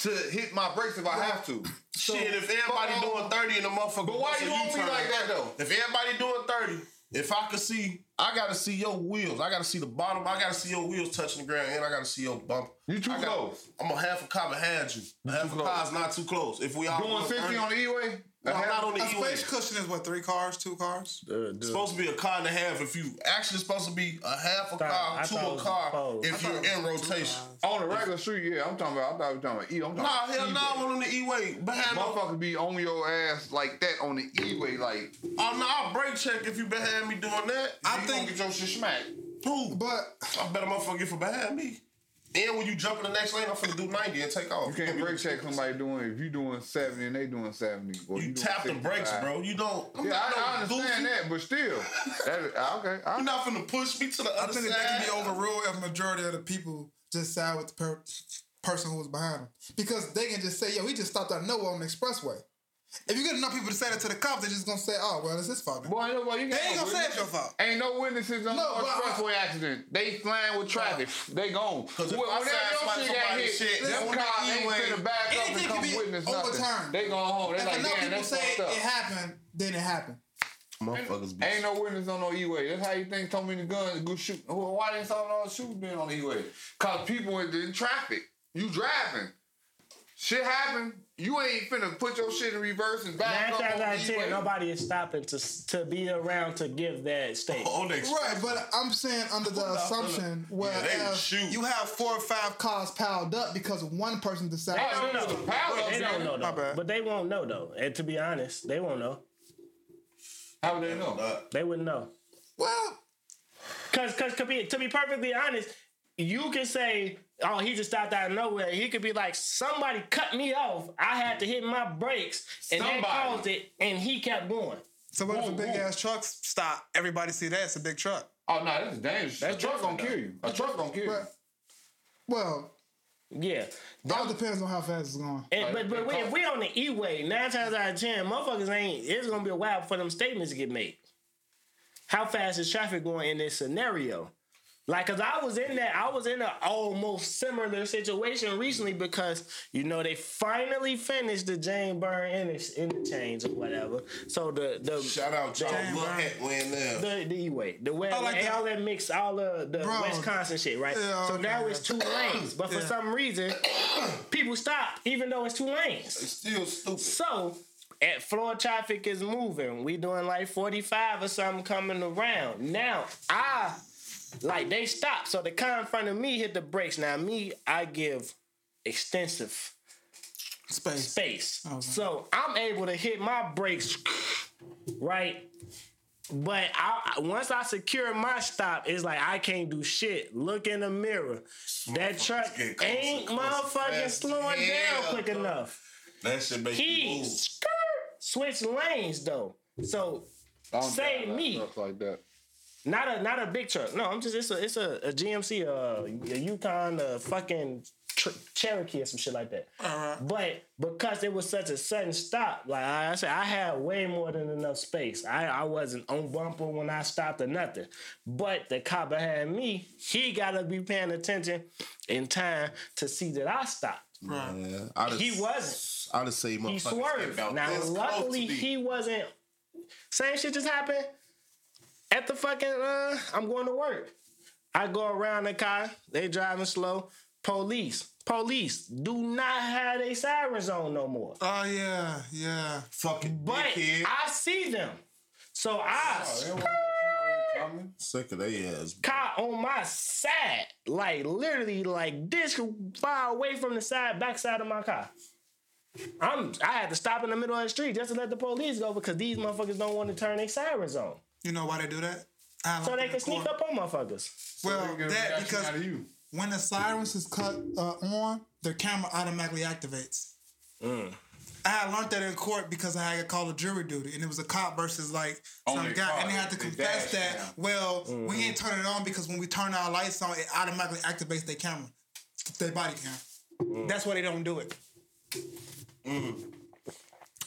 to hit my brakes if I have to. Shit, if everybody But- doing 30 in the motherfucker. But why bus you and on me turn- like that though? If everybody doing 30, if I could see I gotta see your wheels. I gotta see the bottom. I gotta see your wheels touching the ground, and I gotta see your bump. You too I gotta- close. I'm gonna half a car behind you. half a close. car is not too close. If we all Doing look 50 early- on the E-way? No, I'm not on the A E-way. space cushion is what three cars, two cars. It's supposed to be a car and a half. If you actually it's supposed to be a half a Thought- car I to thought it a was car four. I if you're in rotation. On the regular street, yeah. I'm talking about, I thought we were talking about E. I'm talking Nah, hell about E-way. no, I'm on the E way behind. the- Motherfucker be on your ass like that on the E-way, like, Oh no, I'll break check if you behind me doing that. I you think- gonna get your shit smacked. Who? But I bet a motherfucker get from behind me. And when you jump in the next lane, I'm finna do 90 and take off. you can't brake check somebody doing, if you doing 70 and they doing 70. Or You doing tap the 65. brakes, bro. You don't. I'm Yeah, not I, I no understand goofy. that, but still. That is, okay. I, You're not finna push me to the I other think side. that they can be overruled if majority of the people just side with the per- person who was behind them because they can just say, "Yo, he just stopped out of nowhere on the expressway." If you get enough people to say that to the cops, they're just gonna say, "Oh, well, it's his fault." then." Boy, nobody, you They got ain't no gonna say witness. it's your fault. Ain't no witnesses on No, no but I- expressway accident. They flying with traffic. They gone. Wh- if I Whenever your sideswipe shit got somebody's hit, shit, them on the cops ain't E-way, finna back up and anything can come be witness nothing. overturned. They going home. They If like, enough damn, people that's say fucked up. it happened, then it happened. Motherfuckers be. Ain't no witness on no E-way. That's how you think so many guns go shoot. Well, Why they saw all the shooting been on the E-way? Cause people in, in traffic. You driving. Shit happen. You ain't finna put your shit in reverse and back Nine up times on out the of E-way. ten, nobody is stopping to to be around to give that statement. On the Right, but I'm saying under the assumption where they would if shoot. you have four or five cars piled up because one person decided. They don't It's know. the power, They don't know My though. bad. But they won't know though. And to be honest, they won't know. How would they know? They wouldn't know. Well, Cause, cause, to be, to be perfectly honest, you can say, "Oh, he just stopped out of nowhere." He could be like, "Somebody cut me off. I had to hit my brakes, and that Somebody. caused it." And he kept going. so what if a big ass truck stop? Everybody see that it's a big truck. Oh no, that's dangerous. That's a truck gonna different, kill you. A truck gonna kill you. But well, Yeah, it all depends on how fast it's going. and, Like, but but they we, call- if we on the E way, nine times out of ten, motherfuckers ain't. It's gonna be a while for them statements to get made. How fast is traffic going in this scenario? Like, cause I was in that, I was in an almost similar situation recently because you know they finally finished the Jane Byrne inter- interchange or whatever. So the the Shout out y'all. Damn, Look bro. at when there. the the E-way, the way, I Oh, like that. all that mix, all the, the Bro. Wisconsin shit, right? Yeah, so now okay. it's two lanes, but for Yeah. some reason, people stop even though it's two lanes. It's still stupid. So at floor traffic is moving. We doing like 45 or something coming around. Now I like they stop. So the car in front of me hit the brakes. Now me, I give extensive Space. space. Okay. So I'm able to hit my brakes right. But I once I secure my stop, it's like I can't do shit. Look in the mirror. That truck getting closer, ain't closer, motherfucking faster. slowing down Yeah, quick bro. enough. That shit make you He move. skirt, switch lanes though. So I don't Save drive like me. Trucks like that. not a not a big truck. No, I'm just it's a it's a, a GMC, uh, a Yukon, a fucking tr- Cherokee or some shit like that. But because it was such a sudden stop, like I said, I had way more than enough space. I, I wasn't on bumper when I stopped or nothing. But the cop behind me, he gotta be paying attention in time to see that I stopped. Yeah, I just, He wasn't. I just say motherfuckers. He swerved. about Now, this close luckily, to me. he wasn't. Same shit just happened at the fucking. Uh, I'm going to work. I go around the car. They driving slow. Police, police, do not have their sirens on no more. Oh yeah, yeah. fucking But dickhead. I see them, so I Oh, Sick of they ass. car on my side, like literally, like this far away from the side, backside of my car. I'm. I had to stop in the middle of the street just to let the police go because these motherfuckers don't want to turn their sirens on, You know why they do that? I so like they that can sneak court. up on motherfuckers. Well, that because out of you. when the sirens is cut uh, on, their camera automatically activates. I had learned that in court because I had got called a jury duty, and it was a cop versus like Only some guy, cop, and they had to they confess dash that. down. Well, we ain't turn it on because when we turn our lights on, it automatically activates their camera, their body cam. That's why they don't do it.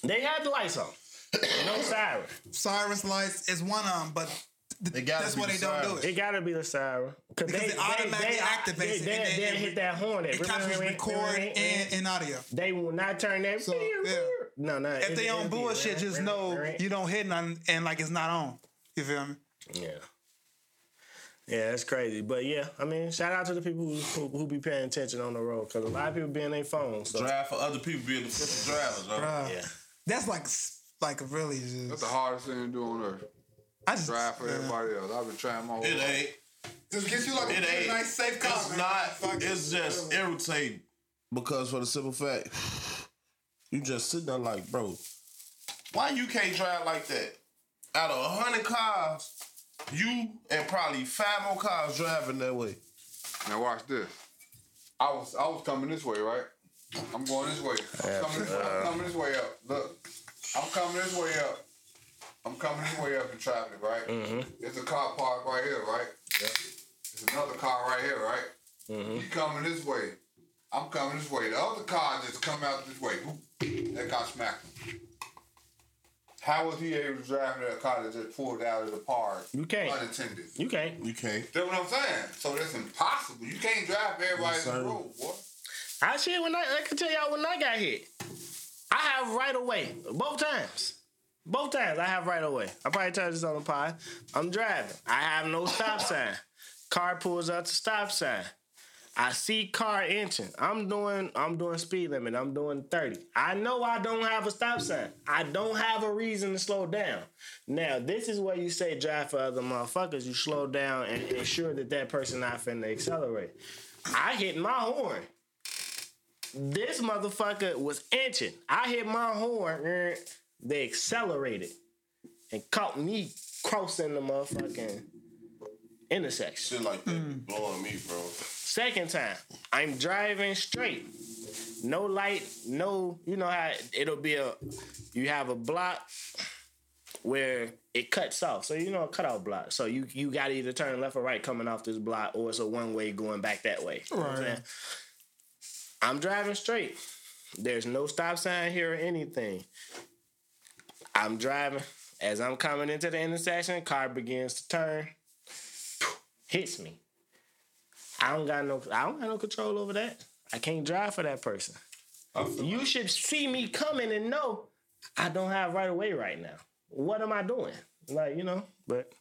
They had the lights on, no siren. Sirens lights is one of them, but th- They gotta that's be why the they don't do sirens. it. It gotta be the siren because Because it automatically activates it, They, and they, then it- hit that horn. That It captures record and, and audio. they will not turn that. So, yeah. No, no. If they on bullshit, just know you don't hit nothing and like it's not on. You feel me? Yeah. Yeah, that's crazy. But yeah, I mean, shout out to the people who, who, who be paying attention on the road because a lot of people be in their phones. So, Drive for other people being the fucking drivers, bro. Bruh. yeah. Uh, That's like s- like really That's just. the hardest thing to do on earth. I just Drive for yeah. everybody else. I've been trying my whole It life. ain't. Just get you like It ain't. safe car, It's man. not. Fuck it. It's just irritating because for the simple fact, you just sitting there like, bro, why you can't drive like that? Out of a hundred cars, you and probably five more cars driving that way. Now watch this. I was I was coming this way, right? I'm going this way. I'm coming this way. I'm coming this way up. Look, I'm coming this way up. I'm coming this way up in traffic, right? Mm-hmm. There's a car parked right here, right? There's another car right here, right? Mm-hmm. He coming this way. I'm coming this way. The other car just come out this way. Boop. That car smacked him. How was he able to drive that car that just pulled out of the park You can't. unattended? You can't. You can't. That's what I'm saying. So that's impossible. You can't drive everybody's Yes, sir. road, boy. I shit when I, I can tell y'all when I got hit. I have right away both times. Both times I have right away. I probably told this on the pod. I'm driving. I have no stop sign. Car pulls out the stop sign. I see car inching. I'm doing I'm doing speed limit. I'm doing 30. I know I don't have a stop sign. I don't have a reason to slow down. Now, this is where you say drive for other motherfuckers. You slow down and ensure that that person not finna accelerate. I hit my horn. This motherfucker was inching. I hit my horn. eh, They accelerated and caught me crossing the motherfucking intersection. Shit like that Hmm. blowing me, bro. Second time, I'm driving straight. No light, no, you know how it'll be a you have a block where it cuts off. So you know a cutout block. So you you gotta either turn left or right coming off this block or it's a one way going back that way. You know what I'm Right. saying? I'm driving straight. There's no stop sign here or anything. I'm driving. As I'm coming into the intersection, car begins to turn. Hits me. I don't got no I don't got no control over that. I can't drive for that person. You should see me coming and know I don't have right away right now. What am I doing? Like, you know, but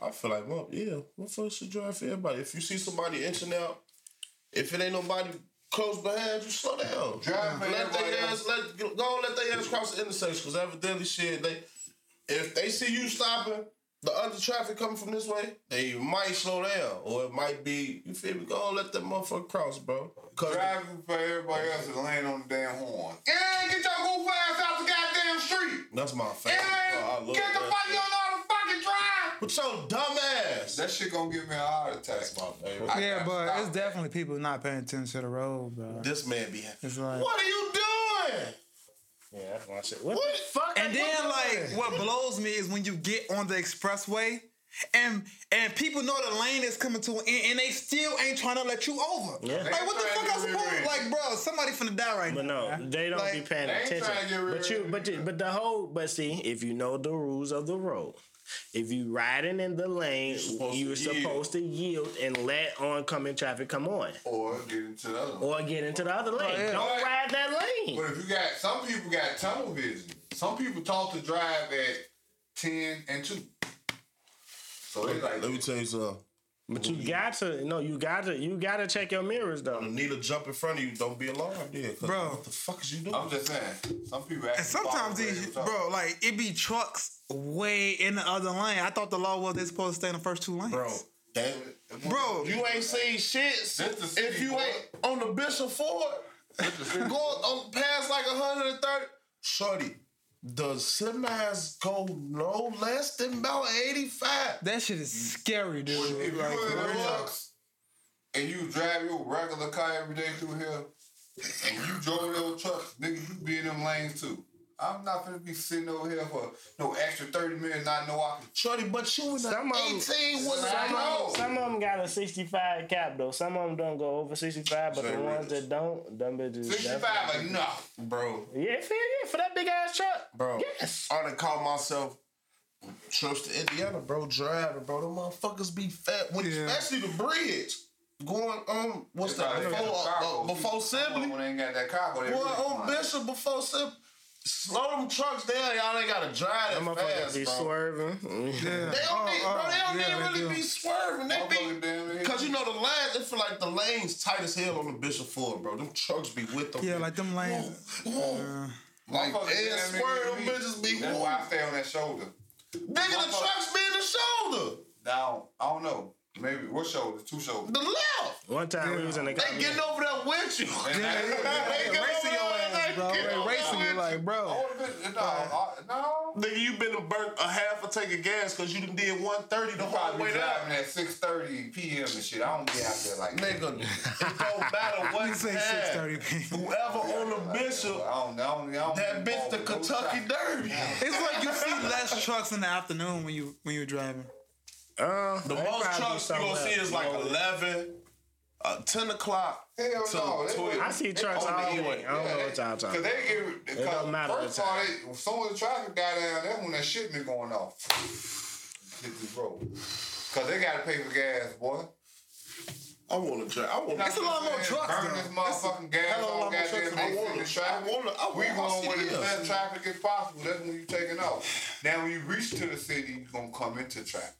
I feel like, well, yeah, what fuck should drive for everybody? If you see somebody inching out, if it ain't nobody close behind you, slow down. Drive for let everybody they else. ass, let go and let they ass cross the intersection. Cause evidently, shit, they if they see you stopping, the other traffic coming from this way, they might slow down, or it might be you feel me. Go and let that motherfucker cross, bro. Cause Driving for everybody else is laying on the damn horn. Yeah, get your goof ass out the goddamn street. that's my favorite. bro. I Yeah, love get the that fuck shit. you don't know how to fucking drive. With your dumb ass. That shit gonna give me a heart attack, That's my favorite. I Yeah, gotta but stop. it's definitely people not paying attention to the road, bro. this man be. It's like, What are you doing? yeah, that's my shit. What, What? the fuck? and then What- like what blows me is when you get on the expressway. And and people know the lane is coming to an end, and they still ain't trying to let you over. Yeah. Like what the They fuck trying I to supposed rear-end. like, bro? Somebody finna die right But now. no, they don't be Like, paying they ain't attention. trying to get rid But you, of but you, but the whole, but see, if you know the rules of the road, if you riding in the lane, supposed you're to yield. supposed to yield and let oncoming traffic come on, Or get into the other one. or get into the other lane. yeah. Don't ride that lane. But if you got some people got tunnel vision. Some people taught to drive at ten and two. So they like Let me tell you something. But you got to, no, you got to, you got to check your mirrors though. Need a jump in front of you. Don't be alarmed, yeah. 'cause Bro. what the fuck is you doing? I'm just saying, some people And sometimes these, bro, like it be trucks way in the other lane. I thought the law was they supposed to stay in the first two lanes. bro, that, Bro, you ain't seen shit. since- the If city, you boy. ain't on the Bishop Ford, going on past like 130, shorty, the semis go no less than about 85. that shit is scary, dude. If you Like, in for the real. trucks and you drive your regular car every day through here, and you drove those trucks, nigga, you be in them lanes too. I'm not gonna be sitting over here for no extra 30 minutes not know I can. Shorty, but you was Some of 'em- 18 was some like, of 'em- no. Some of them got a 65 cap though. Some of them don't go over 65, but Say the it ones is. that don't, them bitches. 65 definitely- like, no. Bro, Yeah, for, yeah, for that big ass truck. bro. Yes. I done called myself trips to Indiana, bro, driving, bro. Them motherfuckers be fat, when, Yeah. especially the bridge. Going um, what's They that? probably Before, oh, got that uh, cargo, before too. When Sibley, they ain't got that cargo, they going really on flying. Bishop, before Sibley. Slow them trucks down. Y'all ain't gotta drive That that motherfucker fast, be bro. swerving. Yeah. They don't Oh, need, oh, bro. They don't yeah, need do. really be swerving. They Motherfucker damn near be hit because you know the lines. They feel like the lanes tight as hell on the Bishop Ford, bro. Them trucks be with them. Yeah, like them lanes. Whoa. Like, Motherfucker and damn near swerve, hit them me. bitches be. That's why I stay on that shoulder. Nigga, the Motherfucker- trucks be in the shoulder, Down. I don't know. Maybe what shoulder? Two shoulders. the left. One time we was in the They car. getting over there with you. And I- They Racing your get over there, ass, they bro. get They over racing there you with like, bro. Older bitch- No, I- no. Nigga, you been to burnt a half a tank of gas because you done did 130 the You probably whole be way down. driving at 6:30 p.m. and shit. I don't be out there like that. Nigga, it don't matter what You say time. 6:30 p.m. Whoever on the bishop, I don't, I don't, I don't that be bitch the involved with no Kentucky shot. Derby. It's like you see less trucks in the afternoon when you when you're driving. Uh, they The probably most do trucks you gonna something see else. is like 11, uh, 10 o'clock. Hell to no. They 12. wouldn't- I see trucks on the all hill. day. I don't know what y'all talking Cause about. they give, cause don't matter first the of all, they, when soon as the traffic got down, that's when that shit been going off. Hit this road. Cause they gotta pay for gas, boy. I want to drive. I want It's a lot more Man, trucks, Burn though. this It's a motherfucking gas hell of a all lot more goddamn trucks. day I sitting wanna- in traffic. I wanna- I we wanna- I going see where the this. best traffic is possible. That's when you taking off. Now when you reach to the city, you gonna come into traffic.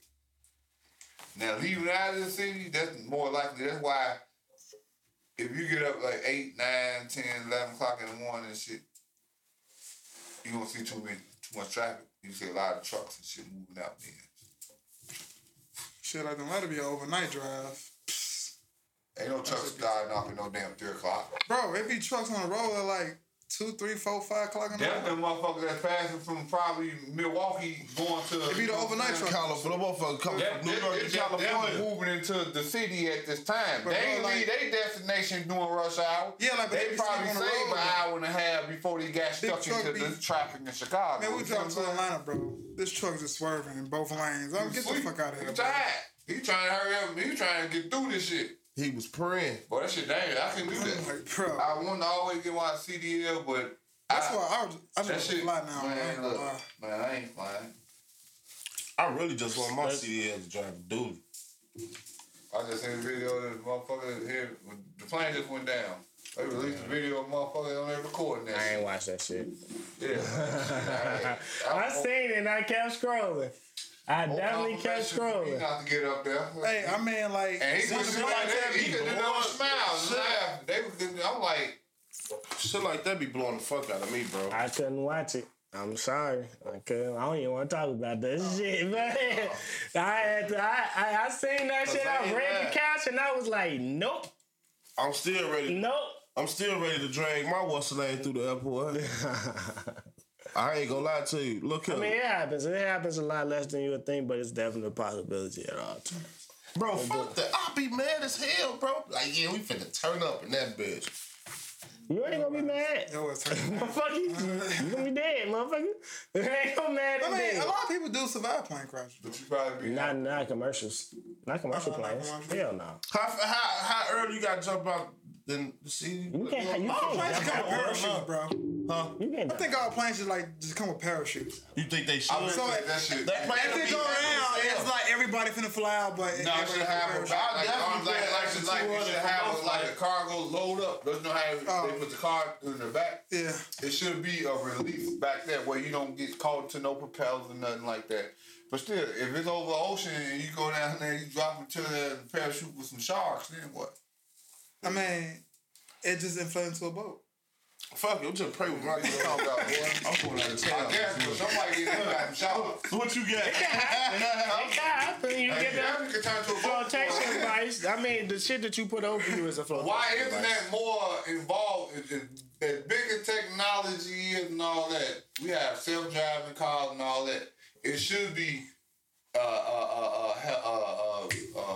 Now leaving out of the city, that's more likely. That's why if you get up like 8, 9, 10, 11 o'clock in the morning and shit, you gonna see too many too much traffic. You see a lot of trucks and shit moving out there. Shit, I done let it be an overnight drive. Ain't no trucks starting off at no damn three o'clock. Bro, it be trucks on the road at like two, three, four, five o'clock in the That's the morning. motherfucker that's passing from probably Milwaukee going to. It be the overnight truck. California, the motherfucker coming That, from New York to California. moving into the city at this time. But they bro, like- leave their destination during rush hour. Yeah, like, but they, they be probably sleeping on the saved road, an though. hour and a half before they got stuck truck into be- the traffic in Chicago. Man, You we know driving to what I'm saying? Atlanta, bro. This truck's just swerving in both lanes. I'm get the Sleep. fuck out of here. He Bro. tired. He trying to hurry up. He trying to get through this shit. He was praying. Boy, that shit dangerous. I can do I'm that. like, bro. I want to always get my CDL, but Oh That's I, why I, was, I that just shit. fly now. Man, I ain't man, gonna look, lie. man, I ain't flying. I really just want my CDL to drive dude. I just seen a video of this motherfucker here. The plane just went down. They released a video of motherfucker on there recording that. I shit. ain't watch that shit. Yeah. I seen it and I kept scrolling. I definitely kept He scrolling. not to get up there. Hey, I mean, like, and he Some was shit like like that. that He be could bored. not smile and Shit. laugh. They was. I'm like, Shit like that be blowing the fuck out of me, bro. I couldn't watch it. I'm sorry. I couldn't. I don't even want to talk about that Oh, shit, man. I had to, I, I I seen that shit. I ain't read the that. couch and I was like, nope, I'm still ready. nope. I'm still ready to drag my what's the name through the airport. I ain't gonna lie to you. Look here, I mean, it happens. It happens a lot less than you would think, but it's definitely a possibility at all times. bro. Fuck that. I'll be mad as hell, bro. Like, yeah, we finna turn up in that bitch. You ain't gonna be mad. yo, it's hurting. Motherfucker, you- you gonna be dead, motherfucker. You ain't gonna mad I at mean, a dead. lot of people do survive plane crashes. but you probably be Not not commercials. Not commercial Uh-uh, not planes. commercial. Hell no. How how how early you gotta jump out? Then see, Oh, You can't. You can't. Planes jump come out. with parachutes, bro. You can't. I jump think all planes just like just come with parachutes. You think they should? I would So, say that shit. that might If they go around, it's like everybody finna fly out, but No, it should have a parachute. like, definitely like, put like, extra like, it 200 should have a, for like both a cargo load up. Don't know how they Oh. put the car in the back. Yeah. It should be a release back there where you don't get caught to no propellers or nothing like that. But still, if it's over the ocean and you go down there, you drop into the parachute with some sharks, then what? I mean, it just inflates into a boat. Fuck it, I'm just pray with my. You talk about, boy, I'm going out of town. I guess, but somebody get in there and shout. What you got? It can happen. You get that That could turn to a flotation boat. device. I mean, the shit that you put over you is a flotation. Why isn't device. that more involved? As as big as technology is and all that, we have self-driving cars and all that. It should be uh, uh, uh, uh, he- uh, uh,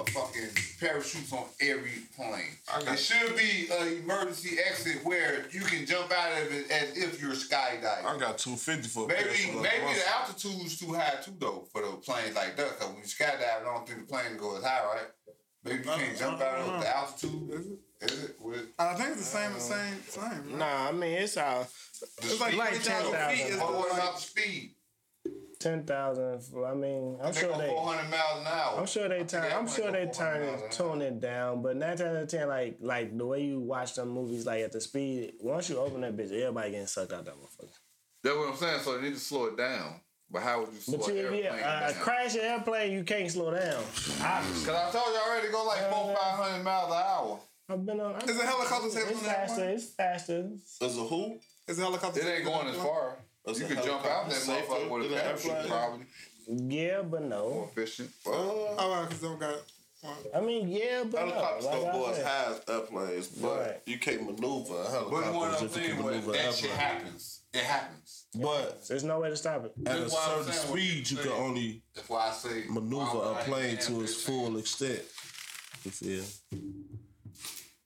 uh, fucking parachutes on every plane. It should be an emergency exit where you can jump out of it as if you're skydiving. I got two fifty for a Maybe pair of shoes. maybe the altitude's too high too though for those planes like that. Cause when you skydive, I don't think the plane go as high, right? Maybe you can't jump out of the altitude. Is it? With, I think it's the Uh, same, same, same. Bro. Nah, I mean it's all It's like Like 20,000 feet. 10,000. Is But what like, about speed? ten thousand. I mean, I'm They sure go they. 400 miles an hour. I'm sure they turn. that I'm might sure go they 400 turn miles an it, tone it down. But nine times out of ten, like like the way you watch them movies, like at the speed, once you open that bitch, everybody getting sucked out that motherfucker. That's what I'm saying. So they need to slow it down. But how would you slow But an you, airplane yeah, uh, down? crash an airplane, you can't slow down. I, Cause I told you already go like four, five hundred miles an hour. I've been on. Is a helicopter safe It's on that faster. one? It's faster. Is a who? Is a helicopter It ain't going as far. That's You a could jump out that helicopter safe motherfucker with a than an parachute, airplane. probably Yeah, but more no. efficient. Uh, Oh, wow, because don't got it. Wow. I mean, yeah, but helicopters no. Like don't I go as said. high as airplanes, but Right. you can't maneuver a But it's one of helicopter. those things where that shit happens. It happens. But There's no way to stop it. at a That's why I'm certain saying what speed, you you can said. only That's why I say why maneuver would a I plane have to its this full extent. You feel?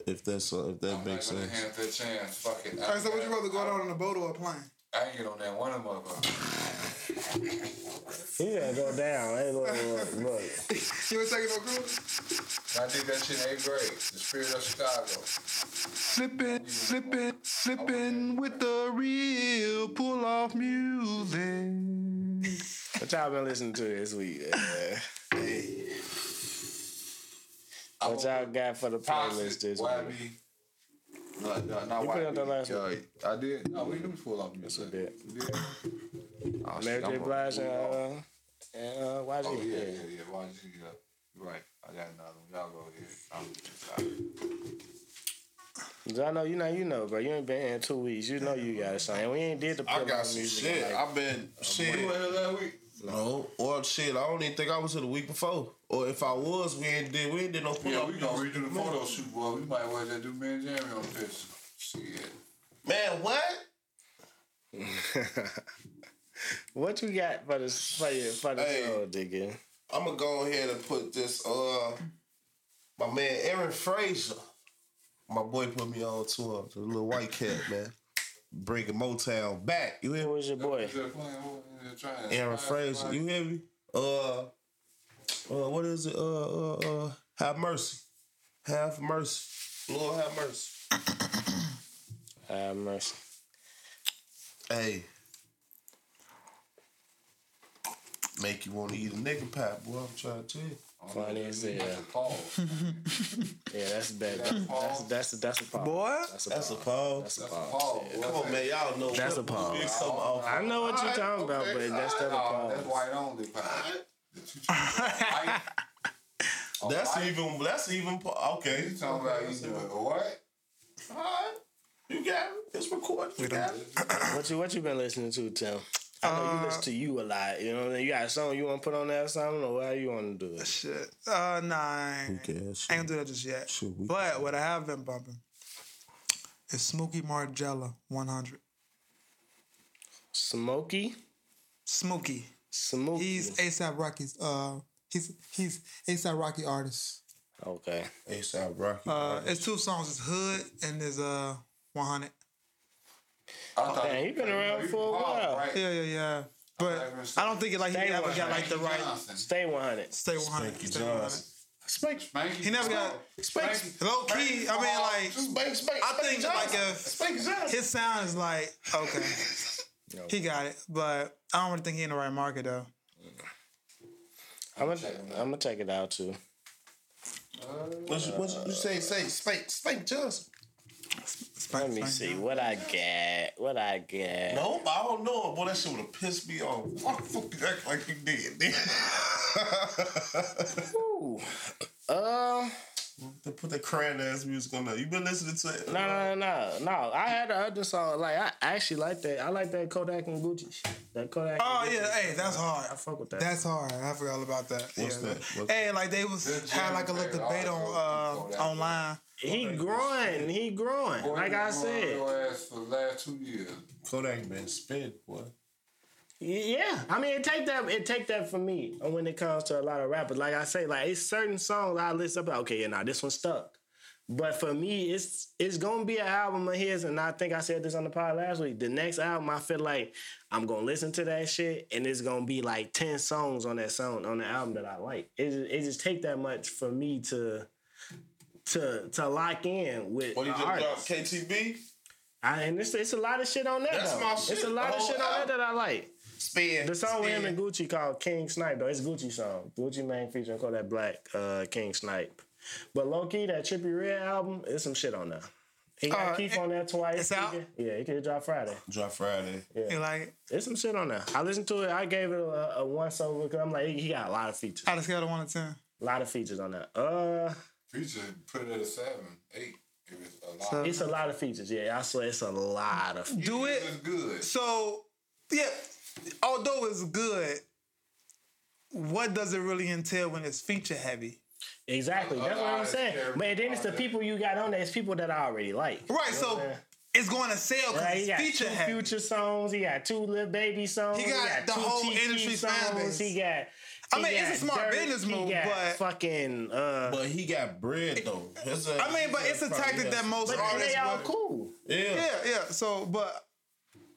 If that's uh, if that I'm not makes gonna sense. hand that chance. Fuck it. All right, so would you rather go out on a boat or a plane? I ain't get on that one of them motherfuckers. You gotta go down. Hey, look, look, look. She was taking no cruise? I did that shit in eighth grade. The spirit of Chicago. Slipping, slipping, slipping with the real pull off music. What y'all been listening to this week? Uh, what y'all got for the playlist Toxic, this YB. week? No, no, not You put it up YB. there last Yeah, I did. No, we didn't pull off music. we did. We did. Oh, Mary shit, I'm J. a- Blige we and, off. uh, and uh, YG. Oh yeah, yeah, yeah. yeah. Why did you get up? You're Right. I got another one. Y'all go ahead. I'm sorry. So I know you know you know, bro. You ain't been here in two weeks. You know you got a song. We ain't did the I Pimp got My some music. shit. like- I've been You shit. went here last week. No, or shit. I don't even think I was here the week before. Or if I was, we ain't did we ain't did no pull Yeah, up. we gonna redo the photo shoot, boy. We might well just do me and Jamie on this. Shit. Man, what? what you got for the for your for the Hey. show, nigga? I'm gonna go ahead and put this. Uh, my man Aaron Fraser, my boy put me on to him. The little white cat man, bringing Motown back. You hear Who me? was your boy? Just playing, what was it, trying to Aaron inspire Fraser. somebody? You hear me? Uh, uh, what is it? Uh, uh, uh, have mercy, have mercy, Lord have mercy. Have Uh, mercy. Hey. Make you want to eat a nigga pie, boy. I'm trying to tell you. Funny as hell. That's a pause. Yeah, that's bad. That's that's that's, that's a problem. Boy, That's a That's a problem. pause. Oh, That's a That's a problem. pause. boy. Come on, man. Y'all know. That's what a pause. movie is coming off. I know what you're Alright, talking about, okay. but that's still a Oh, problem. that's white only pie. That you talking about? White? That's White? even. That's even. pa- Okay. You talking about you doing what? Alright. You got it. It's recorded. You got it. What you what you been listening to, Tim? I know you Uh, listen to you a lot. You know, what I mean? you got a song you want to put on there or something, or how you want to do it. shit. Uh, nah, I ain't, Okay, that I ain't gonna do that just yet. Shit, we- But what I have been bumping is Smokey Margella 100. Smokey, Smokey. Smokey. He's ASAP Rocky's. Uh, he's he's ASAP Rocky artist. okay. ASAP Rocky. Uh, it's two songs. It's Hood and there's uh 100. I thought Damn, he been around You for a pause, Yeah, while. right? yeah, yeah. But I don't think it like he Stay ever 100. got like the right Johnson. Stay 100. stay 100. Spanky Stay 100. Johnson. Spike. Spanky. He never got Spanky. low key. I mean like. Spank, spank. I think like if Spank Johnson. his sound is like okay, he got it, but I don't really think he in the right market though. I'm gonna I'm gonna check it out too. What you, what you say? Say Spank, Spank Johnson. Spank, Let me Spank see Johnson. what I got. What I got. No, I don't know. Boy, that shit would have pissed me off. Why the fuck you act like you did? nigga? Ooh. Um. They Put that crayon ass music on there. You been listening to it? No, no, no, no, no. I had the other song. Like I actually like that. I like that Kodak and Gucci. shit. That Kodak. Oh and Gucci. yeah, hey, that's I hard. fuck with that. That's hard. I forgot all about that. What's yeah. that? What's- hey, like they was had like a little debate on uh, online. he growing. He growing. Like I said. Your ass for the last two years. Kodak been spin, boy. Yeah, I mean, it take that. It take that for me when it comes to a lot of rappers. Like I say, like it's certain songs I listen up. Like, okay, yeah, nah, this one stuck. But for me, it's it's gonna be an album of his, and I think I said this on the pod last week. The next album, I feel like I'm gonna listen to that shit, and it's gonna be like ten songs on that song on the album that I like. It just, it just take that much for me to to to lock in with What an you just dropped, artist. KTB? I, and it's it's a lot of shit on that. That's though. my It's shit, a lot the of whole shit on that album. that I like. Spin. The song with him spin. and Gucci called King Snipe, though. It's a Gucci song. Gucci Mane featuring Kodak Black, uh, King Snipe. But low key, that Trippy Red album, there's some shit on there. He got Uh, Keith it- on there twice. it's He out? can- yeah, it can drop Friday. Drop Friday. You like it? There's some shit on there. I listened to it. I gave it a, a once over because I'm like, he got a lot of features. Out of scale of one to ten. A lot of features on that. Uh, Future put it at a seven, eight. It was a lot. So- it's a lot of features. Yeah, I swear it's a lot of. Features. Do it. It was good. So, yeah, although it's good, what does it really entail when it's feature heavy? Exactly. A That's what lot Uh, I'm of saying. characters But then it's the out people you got on there. It's people that I already like. Right, You know so what I'm saying? it's going to sell because Like, Uh, he it's got feature two heavy. future songs. He got two little baby songs. He got the two whole T.T. industry fan base. He got. I he mean, it's a got smart business he move, got but- fucking. Uh, But he got bread though. That's a- I mean, but it's a probably tactic got- that most but then artists. they all would- cool. Yeah. Yeah, yeah. So, but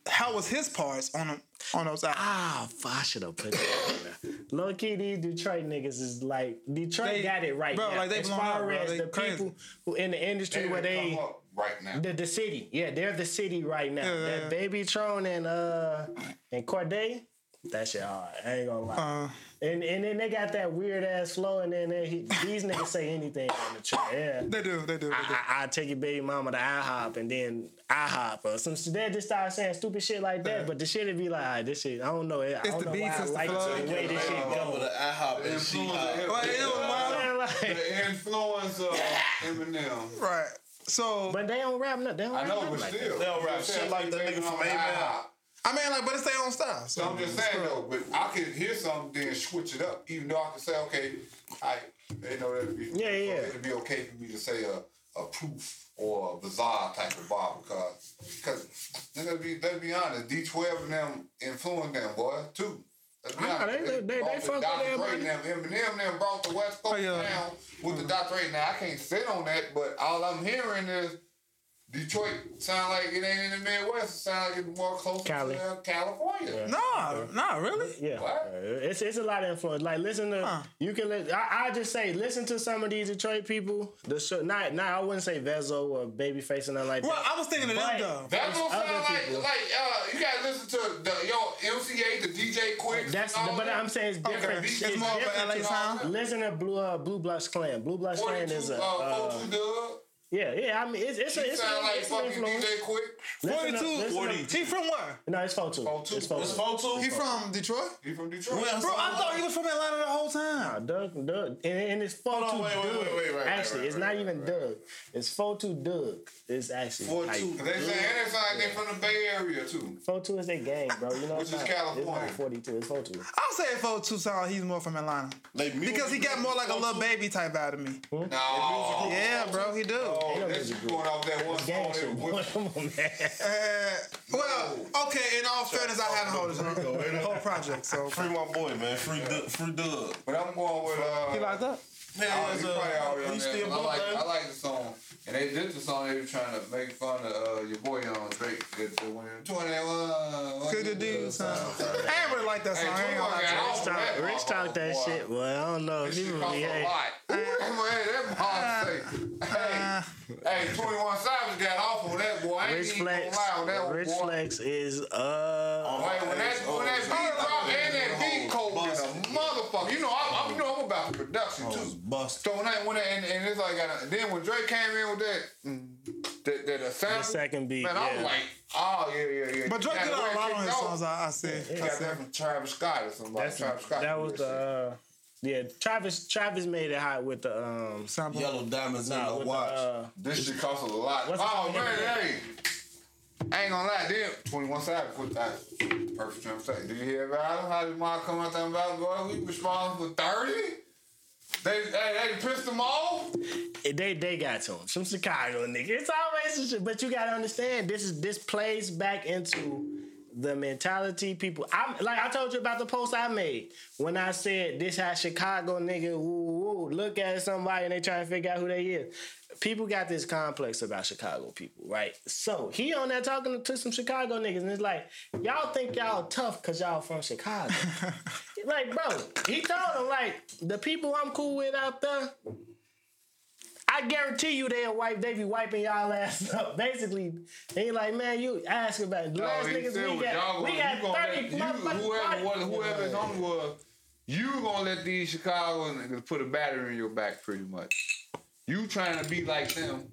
how was his parts on them on those albums? Ah, f- I should have put that on there. Low key, these Detroit niggas is like Detroit They- got it right bro, now. like, they as blown up, far bro. as They the crazy. people who in the industry where It'll they come up right now. the, the city, yeah, they're the city right now. Yeah, that yeah. Baby Tron and uh and Corday, that shit hard. I ain't gonna lie. Uh, And and then they got that weird ass flow, and then they, these niggas say anything on the track. Yeah. they do, they do. They do. I, I, I take your baby mama to IHOP and then IHOP or some shit. They just start saying stupid shit like that, Yeah. but the shit would be like, "Alright, this shit, I don't know. I don't the know beats, why I it's the like flow. the way this shit Baby mama go. to IHOP and she Influence- hop. But it was wild. I'm saying, like- The influence of Eminem. right. So but they don't rap nothing. They don't I rap know, nothing but like still. They don't rap shit like that nigga from Amen. I mean, like, but it's their own style. So, So I'm just saying though, but I can hear something then switch it up, even though I can say, okay, I they know that'd be Yeah, yeah, yeah. it'd be okay for me to say a, a proof or a bizarre type of bar because because let's be let's be honest, D twelve and them influenced them boy too. Let's be I know, honest, Ah, they- they- they brought the fuck with Dr. Dre everybody. Mm. and them. Eminem them brought the West Coast Oh, yeah. down with the Dr. Dre. Now I can't sit on that, but all I'm hearing is Detroit sound like it ain't in the Midwest. It sound like it's more closer Cali. to uh, California. nah, nah, really. Yeah, What? Uh, it's it's a lot of influence. Like listen to Huh. you can li- I, I just say listen to some of these Detroit people. The show, not not I wouldn't say Vezo or Babyface or nothing like Well, that. I was thinking of them But- though. That don't other sound like people. like uh, you gotta listen to the yo MCA, the DJ Quick. That's the, but I'm saying it's different. Okay. It's It's more of different an LA to- sound. Listen to Blue uh, Blue Blocks Clan. Blue Blocks Clan Forty-two, is a uh, uh, forty-two Doug. yeah yeah. I mean it's it's a, He it's, a, sound like it's an fucking influence. DJ Quick. Listen Forty to- two. listen to- He from where? No, it's Fotu. Fotu. It's Fotu. It's He Photo. from Detroit. He from Detroit. Well, Bro, I thought he was from Atlanta the whole time. Nah, Doug, Doug, and, and it's Fotu on, wait, Doug. wait, wait, wait, right, actually, right, it's right, not right, even right, Doug. It's Fotu Doug. It's actually Forty-two. like- they say and they sound like they from the Bay Area too. Fotu is a gang, bro. You know Which it's is not- It's California. Oh, not 42. It's Fotu. I'll say for two sound he's more from Atlanta Like music- because he got more like a little baby type out of me. No, nah, Yeah, bro, he do. oh, that's music just going off that one Gang song. shit. that went- Come on, man. Uh, well, okay. In all fairness, I haven't heard his whole project, so Free my boy, man. Free Doug. Free Doug. But I'm going with uh, he locked up. Oh, Yeah, he he's, probably already uh, on he's there. still I like, I booked, like the song, and they did the song. They were trying to make fun of uh, your boy on Drake. That the one, twenty-one. Could you do something? I ain't really like that song. I ain't gonna lie to you. Rich talk, Rich talk that shit. Well, I don't know. This if shit you Uh, costs really a hate. lot. Ooh, that mom say, hey, hey, Twenty One Savage got off on that boy. I ain't Rich even gonna Flex. lie on that one, Rich boy. Flex is uh. Hey, when that when that beat drop and that beat cold in a motherfucker, you know I'm, I'm you know I'm about production I was Oh. too. busted. So when I when I, and, and it's like I, then when Drake came in with that mm, that that assemble, The second beat, man, I was yeah. like, oh yeah yeah yeah. But Drake Now, did a where it lot on his kicked songs. off, I, I see. he I got see. that from Travis Scott or somebody. That's Travis Scott. that did was the that uh, yeah. Travis Travis made it hot with the um. Sample. Yellow diamonds in Nah, the with watch. The, uh, shit. this shit costs a lot. What's Oh the- man, hey. I ain't gonna lie, then 21 Savage put that perfect translation. Did you hear about it? How did Mark come out there about boy? We responsible for 30? They, they, they pissed them off? they they got to him. Some Chicago nigga. It's always some shit. But you gotta understand, this is this plays back into the mentality people. I'm like I told you about the post I made when I said this how Chicago nigga woo, woo, look at somebody and they trying to figure out who they is. People got this complex about Chicago people, right? So he on there talking to some Chicago niggas, and it's like y'all think y'all tough cause y'all from Chicago. like, bro, he told him like the people I'm cool with out there. I guarantee you they'll wipe they be wiping y'all ass up. Basically, they like, man, you ask about it. The last he said niggas we what got, y'all we gonna- got you gonna let- 30 you- motherfucking Whoever was, bodies. whoever his homie was, you gonna let these Chicago niggas put a battery in your back pretty much. You trying to be like them.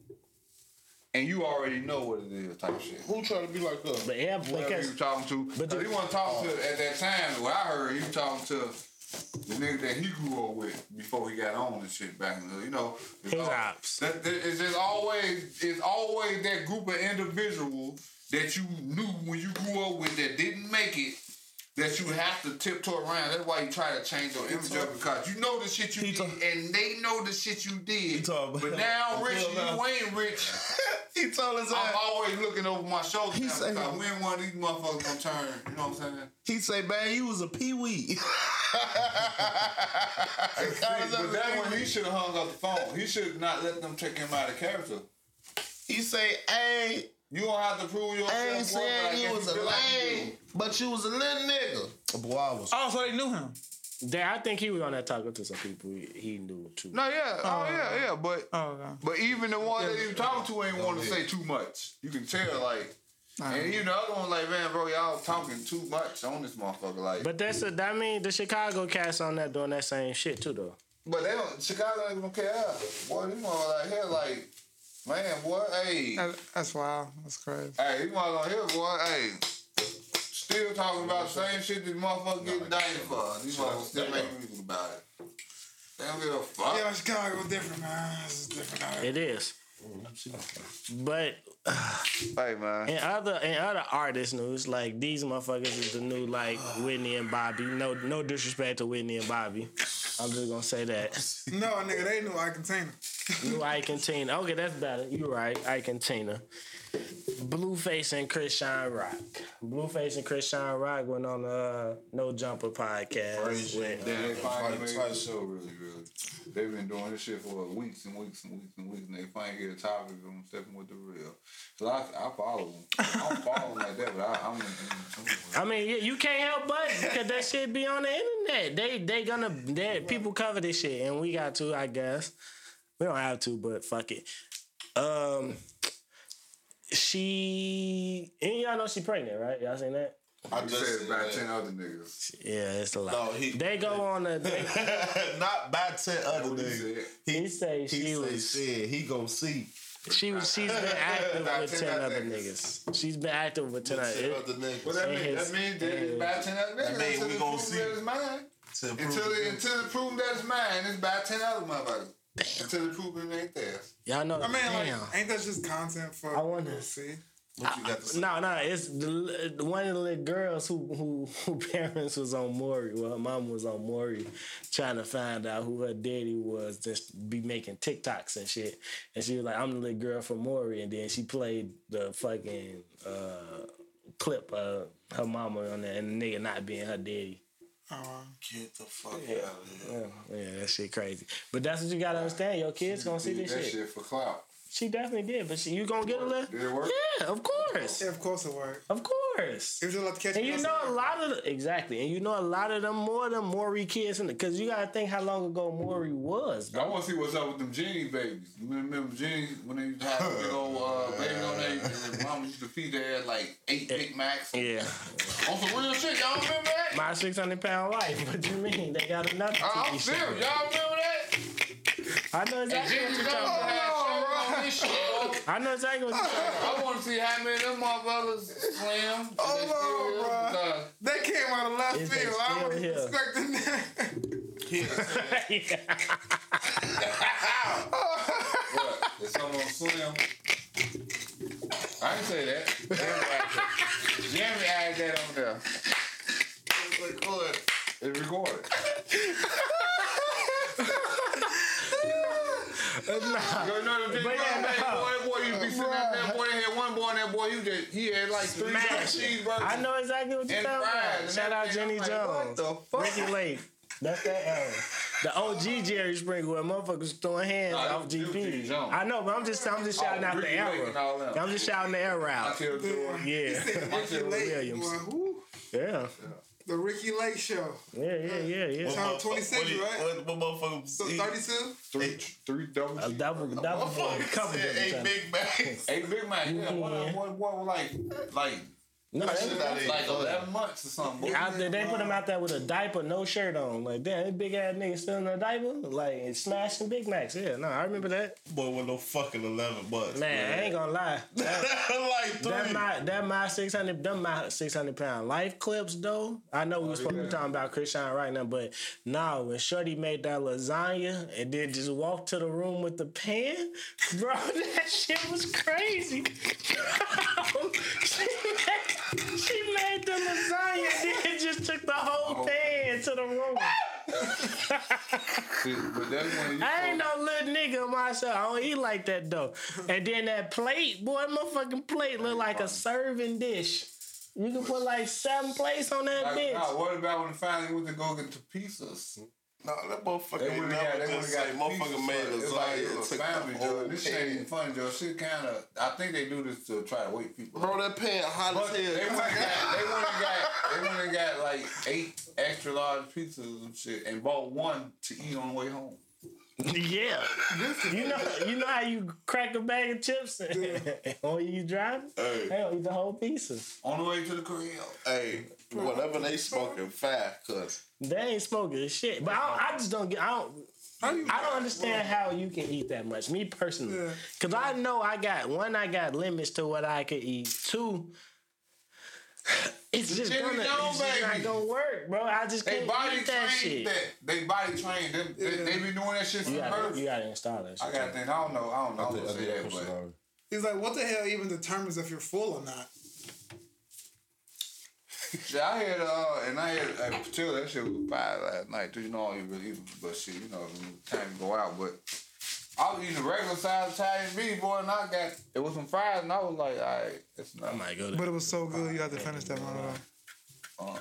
and you already know what it is type shit. Who trying to be like us? But yeah, Whoever you because talking to, but but the- he wasn't talking to at that time. What I heard, he was talking to the nigga that he grew up with before he got on and shit back in the, you know. it's His all- ops. That, that, it's just always, it's always that group of individuals that you knew when you grew up with that didn't make it. That you have to tiptoe around. That's why you try to change your image up because you know the shit you did, and they know the shit you did. talking about- But now, I'm Rich, talking you about- ain't rich. He told us I'm that. always looking over my shoulder now said- because when one of these motherfuckers gonna turn, you know what I'm saying? He say, "Man, you was a peewee." but that one, he should have hung up the phone. He should not let them take him out of character. He say, "Hey, You don't have to prove yourself. I boy, but I ain't saying guess you was a feel like you lame, but you was a little nigga." Boy, I was. Oh, so they knew him. they- I think he was on that talking to some people he, he knew too. do. No, yeah, oh Uh-huh. yeah, yeah, but Oh, God. but even the one that you talking to ain't want to say too much. You can tell, like, and even the other one, like, man, bro, y'all talking too much on this motherfucker, like. But, But that's a, that mean the Chicago cats on that doing that same shit too though. they don't. Chicago ain't gonna care. Boy, these motherfuckers out here, like, man, boy, hey. That- That's wild. That's crazy. Hey, you might on here, boy. Hey, still talking about the same shit this motherfucker getting indicted for. These motherfuckers still making music about it. They don't give a fuck. Yeah, Chicago was different, man. It's different. out here. It is. But Hey, man. in other in other artist news, like these motherfuckers is the new like Whitney and Bobby. No no disrespect to Whitney and Bobby. I'm just gonna say that. No, nigga, they knew I contained New Ike and Tina. Okay, that's better. You're right. Ike and Tina. Blueface and Chris Shine Rock. Blueface and Chris Shine Rock went on the uh, No Jumper podcast. with, uh, They finally Mike made Tyson. this show, really, really. They've been doing this shit for weeks and weeks and weeks and weeks, and they finally get a topic on stepping with the real. So I, I follow them. I don't follow them like that, but I, I'm in, in tune with them. I mean, you, you can't help but because that shit be on the internet. They they gonna they, people cover this shit, and we got to, I guess. We don't have to, but fuck it. Um, she and y'all know she pregnant, right? Y'all seen that? I You just said said about that. 10 other niggas. Yeah, it's a lot. No, he- they go on a. They, Not by ten other What he niggas. said. he say He she was say, "Shit, he gon' see." she was she's been active About with 10 ten other other niggas. She's been active with ten Ten other. other It, Well, niggas. that In means his- that means in that his- it's by 10 other niggas. That mean until we it's gonna proven see. that It's mine. To prove Until it, it. until it proven that it's mine, it's by ten other motherfuckers. Until it proven it ain't theirs. y'all know. I mean, damn. like, ain't that just content for I wonder. people to see? What you got to say? No, no, it's the, li- the one of the little girls who, who who parents was on Maury. Well, her mom was on Maury, trying to find out who her daddy was. Just be making TikToks and shit. And she was like, "I'm the little girl from Maury," and then she played the fucking uh, clip of her mama on that, and the nigga not being her daddy. Oh, Get the fuck out of here. Yeah, yeah, that shit crazy. But that's what you gotta understand. Your kids gonna see Did this that shit. shit. for clout. She definitely did, but she, you gonna get a little. Did it work? Yeah, of course, yeah, of course it worked. of course. It was just like catch And me you know outside. a lot of the, exactly, and you know a lot of them more of them Maury kids, because you gotta think how long ago Maury was. I want to see what's up with them Jenny babies. You Remember Jenny when they used to have the big old uh, baby on there, and their mama used to feed their ass like eight Big Macs. Yeah, On some real shit, y'all remember that? my six hundred pound wife. What you mean? They got another I- I'm TV serious. Y'all show. remember that? I know And exactly Jenny what Jones you're talking about. had shows on this shit. bro. I know exactly what you're talking about. I want to see how many of them motherfuckers slam. and they still Hold on, is, bro. because- That came out of left Is they field. I still wasn't here? expecting that. Yeah. What? Did someone swim? I didn't say that. Jeremy added that on there. It's recorded. It's recorded. You know the big But boy, yeah, no. that boy, boy, you be sitting out there, boy, they had one boy and that boy, you just, he had like three Smash it. cheeseburgers. I know exactly what you're And talking fries about. and Shout out Jenny everything. I'm like, Jones, what the fuck? Ricky Lake. That's that era. The OG Jerry Springer, where motherfuckers throwing hands Nah, off that was Jerry GP. Jones. I know, but I'm just I'm just shouting out the Oh, Ricky Lake and all era. them. I'm just shouting the era I out. tell the story. Yeah, Ricky Lake, Williams. boy, whoo. yeah, the Ricky Lake show. yeah, yeah, yeah, yeah. Time 26, right? What, what motherfucker? So he- 32? Three, three double A cheese- double, double, boy, Motherfucker couple said, double hey, times. Big Mac. Hey, Big Mac, yeah, Mhm. what, what, what, like, like, No, That they- shit out Like there. 11 months or something. out there, they put him out there with a diaper, no shirt on. Like, damn, that big ass nigga still in a diaper, like and smashing Big Macs. Yeah, no, I remember that. Boy, with no fucking 11 bucks. Man, I ain't gonna lie. like That three. my that my six hundred that my six hundred pound life clips though. I know we was supposed to be talking about Christian right now, but nah, when Shorty made that lasagna and then just walked to the room with the pan, bro, that shit was crazy. Bro, she, made, she made the lasagna and then just took the whole pan to the room. See, but that's when you I ain't no little nigga myself. I don't eat like that though. And then that plate, boy, motherfucking plate look like a serving dish. You can put like seven plates on that like, bitch. nah, what about when finally went to go get the pizzas? No, that motherfucker They ain't would've got, never they just would've say got motherfucker made pieces, lasagna. but It's like, it's and took family, the Joe. whole This shit ain't even pan. funny, Joe. Shit kind of, I think they do this to try to wake people up. Bro, that pan hot But as they hell. went and got, they went and got, they went and got like eight extra large pizzas and shit, and bought one to eat on the way home. yeah. You know you know how you crack a bag of chips or you driving? Hey. Hell, eat the whole pieces. On the way to the crib. Hey, whatever they smoking, fat, cuz. They ain't smoking shit. But I, don't- I just don't get I don't I don't understand how you can eat that much, me personally. Cause I know I got one, I got limits to what I could eat. Two, it's just Jimmy gonna, Jones, it's just not baby. gonna work, bro. I just They can't body eat that trained shit. that. They body trained. They, they, they been doing that shit since You, birth. gotta, you gotta install that I shit. got things. I don't know. I don't know. I don't I say think that, push it but over. He's like, what the hell even determines if you're full or not? shit, I had uh, and I had uh, Patil. That shit was fire last night. Dude, you know, I don't even really eat, but shit, you know, when the time to go out. But I was eating regular size Italian beef, boy, and I got it was some fries, and I was like, all right, it's not. I go to But it was so good, you had to finish that one. off. Uh,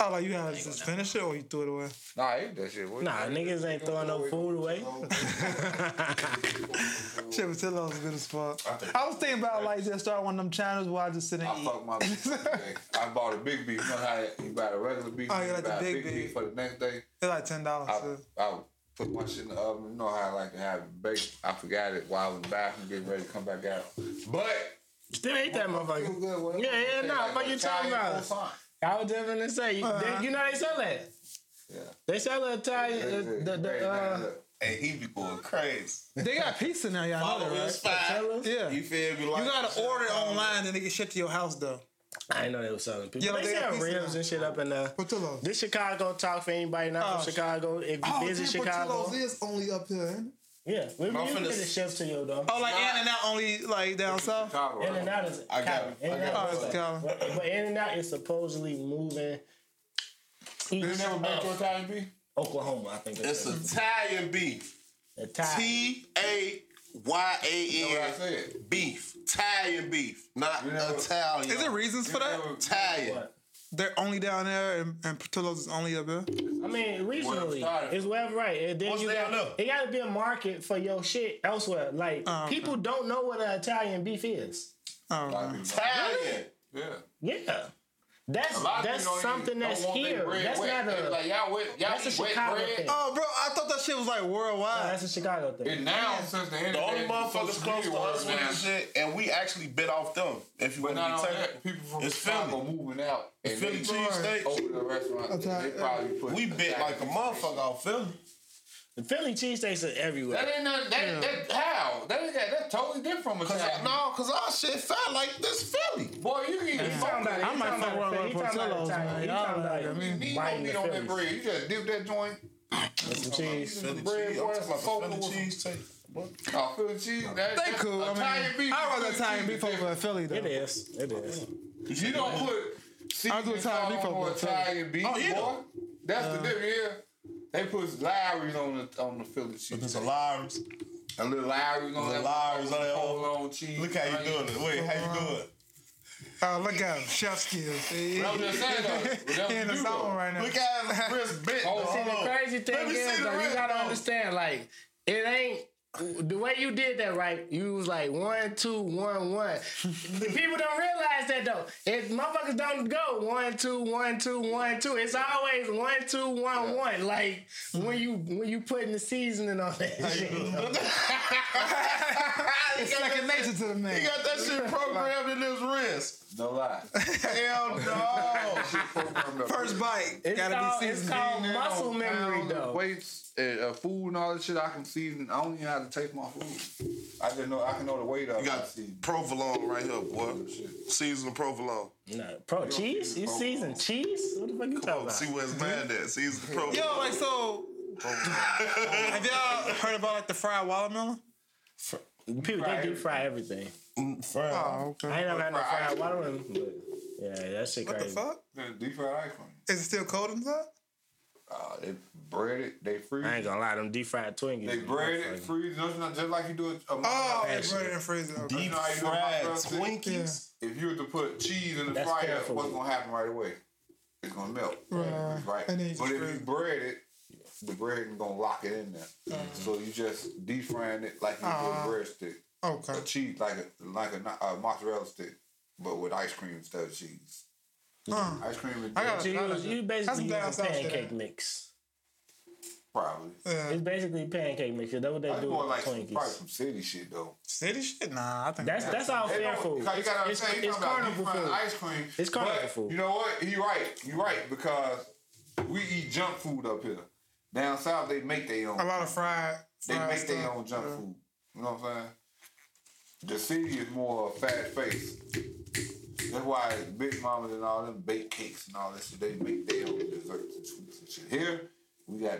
Oh, like you had to just finish it or you threw it away? nah, I ate that shit. What Nah, niggas ain't throwing no food away. Shit, but still, that was good as fuck. I was thinking about like just starting one of them channels where I just sit and I eat. fucked my beef. today. I bought a big beef. You know how you buy the regular beef, Oh, yeah, you like the buy a big beef. for the next day. It's like ten dollars. I, I put my shit in the oven. You know how I like to have it baked. I forgot it while I was in the bathroom getting ready to come back out. But Still ate that motherfucker. Yeah, yeah, nah, no, fuck you talking about. I was just gonna say, you, they, you know they sell that. Yeah. They sell the Italian, the, the, the, uh, Hey, he be going crazy. They got pizza now, y'all know that, Followers right? uh, fire. Portillo's? Yeah. You You feel me? Like gotta order online and they get shipped to your house though. I didn't know they were selling people. Yeah, they, they got sell pizza ribs now. and shit up in there. Portillo. This Chicago talk for anybody not Oh, from shit. Chicago. If you visit Chicago, is only up here. ain't it? yeah, we we I'm can finna- get the chef to you though. Oh, like In and Out only like down south. In and out is I got Cali. it. In I and Oh, out, it's Cali. but, but In and Out is supposedly moving. You East never been to of Italian beef? Oklahoma, I think It's it's Italian beef. the tie. T A Y You know what A I N. said? Beef. Italian beef. Not You know- Italian. Is there reasons for that? Never- Italian. What? They're only down there and, and Portillo's is only up here. I mean, regionally, started. it's wherever right. And then What's you down got, it got to be a market for your shit elsewhere. Like Oh, okay. people don't know what an Italian beef is. Oh, A lot okay. of people Italian. don't. Yeah. Yeah. A That's lot of that's people don't something even- that's don't want their here. bread That's wet. not They a. like y'all wet. Y'all that's a eat wet Chicago bread. thing. oh, bro, I thought that shit was like worldwide. That's a Chicago thing. And now since the end The of only day, motherfuckers social close media to us was with around. this shit, and we actually bit off them. If you But want not to only be technical. that, people from It's Chicago Philly. moving out and Philly they cheesesteaks. open the restaurant. Okay. They probably put We bit like a Italian beef. motherfucker off Philly. The Philly cheesesteaks are That everywhere. ain't nothing. That, that, how? That ain't that. That's totally different from Cause Italian. I, no, cause our shit fat like this Philly. Boy, you can eat He talking about- he I might talking fuck about around the- with he talking about Portillo's, the Italian- man. he Y'all talking about know what I mean. the- You biting don't the need on that Phillies. bread. You just dip that joint. With some cheese. Philly bread, cheese. boy, I'm that's talking so about the cool. Philly cheese tape. Oh, Philly cheese. That, They that- cool. I Italian mean, beef. I Philly rather Italian cheese beef over different. a Philly though. It is. It is. You don't put I'll seasoning do Italian beef on over no a Philly. Italian beef, Oh, Uh. yeah. boy. That's the difference here. They put Lowry's on the on the Philly There's cheese. a Lyra's. A little Lowry's on that. Lowry's on that whole whole- long cheese. Look how you onion. doing it. Wait, how you doing it? Oh, look at him, chef skills. He, But I'm just saying though. he Whatever you in the do zone though. right now. Look at his wrist bent. Oh, though. see, See, the Hold on. crazy thing Let me is, see the though, you red gotta though. understand, like, it ain't. The way you did that, right? You was like one, two, one, one. The people don't realize that though. If motherfuckers don't go one, two, one, two, one, two, it's always one, two, one, one. Like when you when you putting the seasoning on that shit. It's second nature to the man. He got that shit programmed in his wrist. No lie. Oh, Hell no. Shit programmed up. First bite. It's gotta called, be it's seasoned. called Now, muscle memory, pounds of though. Weights, and, uh, food, and all that shit. I can see. I don't even know how to taste my food. I just know. I can know the weight of. You it. I got see. provolone right here, boy. Seasoned provolone. No, pro cheese? You season cheese? What the fuck you talking Oh, see about? where it's mad at. Seasoned provolone. Yo, like so. have y'all heard about like the fried watermelon? People, they deep fry everything. Oh, okay. I ain't never had no Mm, Fried fried watermelon, but yeah, that shit What the crazy. fuck? The Deep fried ice cream. Is it still cold inside? Uh, they bread it. They freeze. I ain't it. gonna lie, them deep fried Twinkies. They bread it, freeze. it, Just just like you do it. um, Oh, Fresh. it's right in the freezer. Okay. you Deep know how you do a fried hot dog stick? Twinkies. If you were to put cheese in the That's fryer, careful. what's gonna happen right away? It's gonna melt. Right. Right. And then you But just if you freeze it. bread it, the bread is gonna lock it in there. Mm-hmm. So you just deep frying it like you do a bread stick. Okay. a cheese like a like a, no- a mozzarella stick, but with ice cream instead of cheese. Huh. Ice cream and I got cheese, So you, you basically down use a south shit, pancake man. mix. probably. Yeah. It's basically pancake mix. That's what they That's do more with like the some, probably Twinkies. some city shit though. City shit? Nah, I think That's that's all They fair don't- food. Cause you gotta It's, understand, it's, you it's talking about carnival deep fried food. ice cream. It's carnival but food. You know what? You right. You right because we eat junk food up here. Down south, they make their own. a lot of fried. They fried make their stuff. own junk food. You know what I'm saying? The city is more fast paced. That's why Big Mamas and all them bake cakes and all that shit, they make their own desserts and sweets and shit. Here, we got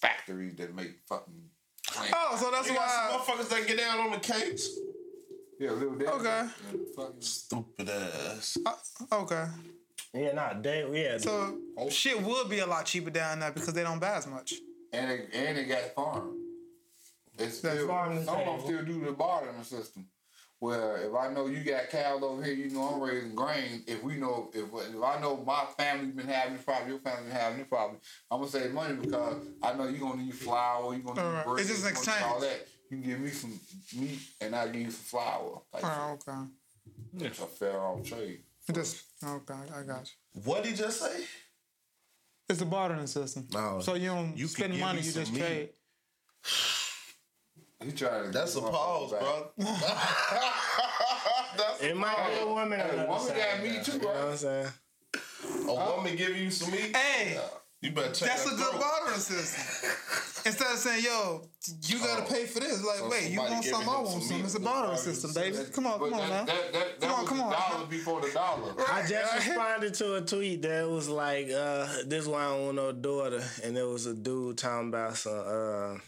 factories that make fucking. Oh, so that's You got why. some motherfuckers that get down on the cakes. Yeah, little daddy. Okay. and Fucking Stupid ass. uh, okay. Yeah, nah, they yeah. So shit would be a lot cheaper down there because they don't buy as much. and it, and it got farmed. It's still farm to some of them table. still do the bartering system. Where if I know you got cows over here, you know I'm raising grain. If we know if if I know my family's been having this problem, your family been having this problem, I'm gonna save money because I know you're gonna need flour, you're gonna need Alright. bread, It's just an you're gonna need all that. You can give me some meat and I give you some flour. Like Oh, okay. it's a fair off trade. Just okay. I got you. What did you just say? It's a bartering system. No, So you don't you can spend give money. me You some just meat. trade. He tried to That's a get my pause, back. bro. That's it might be a woman. on Hey, the other woman side, got meat too, You know what right? I'm saying? a woman give you some meat. Hey, You better check that's a her good throat. bartering system. Instead of saying, "Yo, you gotta pay for this," like, wait, you Oh. somebody want giving some? I him want some some. meat It's a with bartering bartering system, baby. Come on, But come on now. that, that, that, that Come on, was come on. the dollar before the dollar. I just responded to a tweet that was like, uh, "This why I don't want no daughter," and there was a dude talking about some. Uh,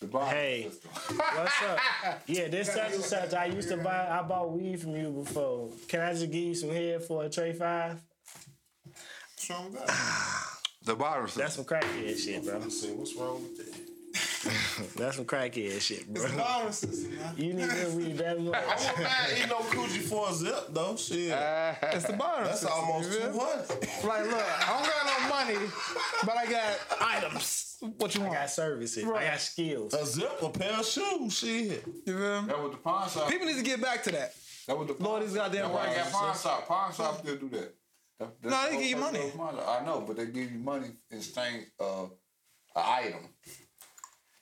The bartering Hey. system. What's up? Yeah, this such and such. I used to buy. I bought weed from you before. Can I just give you some head for a tray five? The bartering system. That's some crackhead shit, bro. See, what's wrong with that? That's some crackhead shit, bro. Bartering system, man. You need to weed that I much. won't mad eating no coochie for a zip though. Shit, Ah. It's the bartering that's system. you almost feel? two hundred. Like, look, I don't got no money, but I got items. What you I want? got services. I got skills. A zip, a pair of shoes. Shit. You feel me? That was the pawn shop. People need to get back to that. that was the pawn Lord, these goddamn That's why I white got guys. pawn shop. Pawn shop still do that. That- that's No, they the give you whole money. purpose of pawn shop. I know, but they give you money in exchange of an item.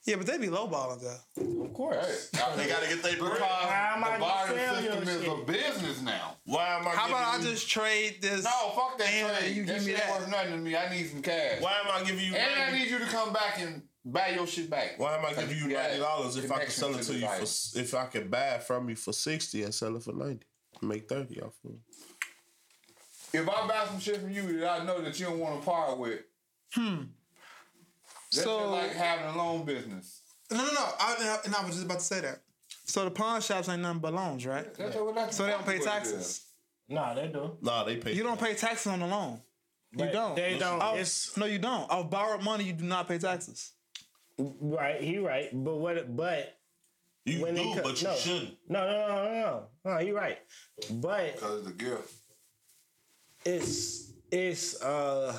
Yeah, but they be lowballing though. Of course. They gotta get their Because bread. How am I the gonna sell bartering your system is a shit? business now. Why am I? How about I giving you- just trade this? No, fuck that And trade. you that give me shit that. worth nothing to me. I need some cash. Why am I giving you? And I 90 need you to come back and buy your shit back. Why am I giving you Yeah, ninety dollars if I can connection sell it to to the you for value. s- if I can buy it from you for sixty and sell it for ninety, make thirty off of it? If I buy some shit from you that I know that you don't want to part with, hmm. That's So- so, like having a loan business. No, no, no. I, and I was just about to say that. So the pawn shops ain't nothing but loans, right? That's what that's So they don't what pay it is. taxes. Nah, they do. Nah, they pay. You don't pay taxes on the loan. But don't. They don't. Oh, It's no, you don't. Of borrowed money, you do not pay taxes. right. He right. But what? But You when do, it co- but you no. shouldn't. no, no, no, no, no. No, you right. But Cause it's a gift. it's it's uh.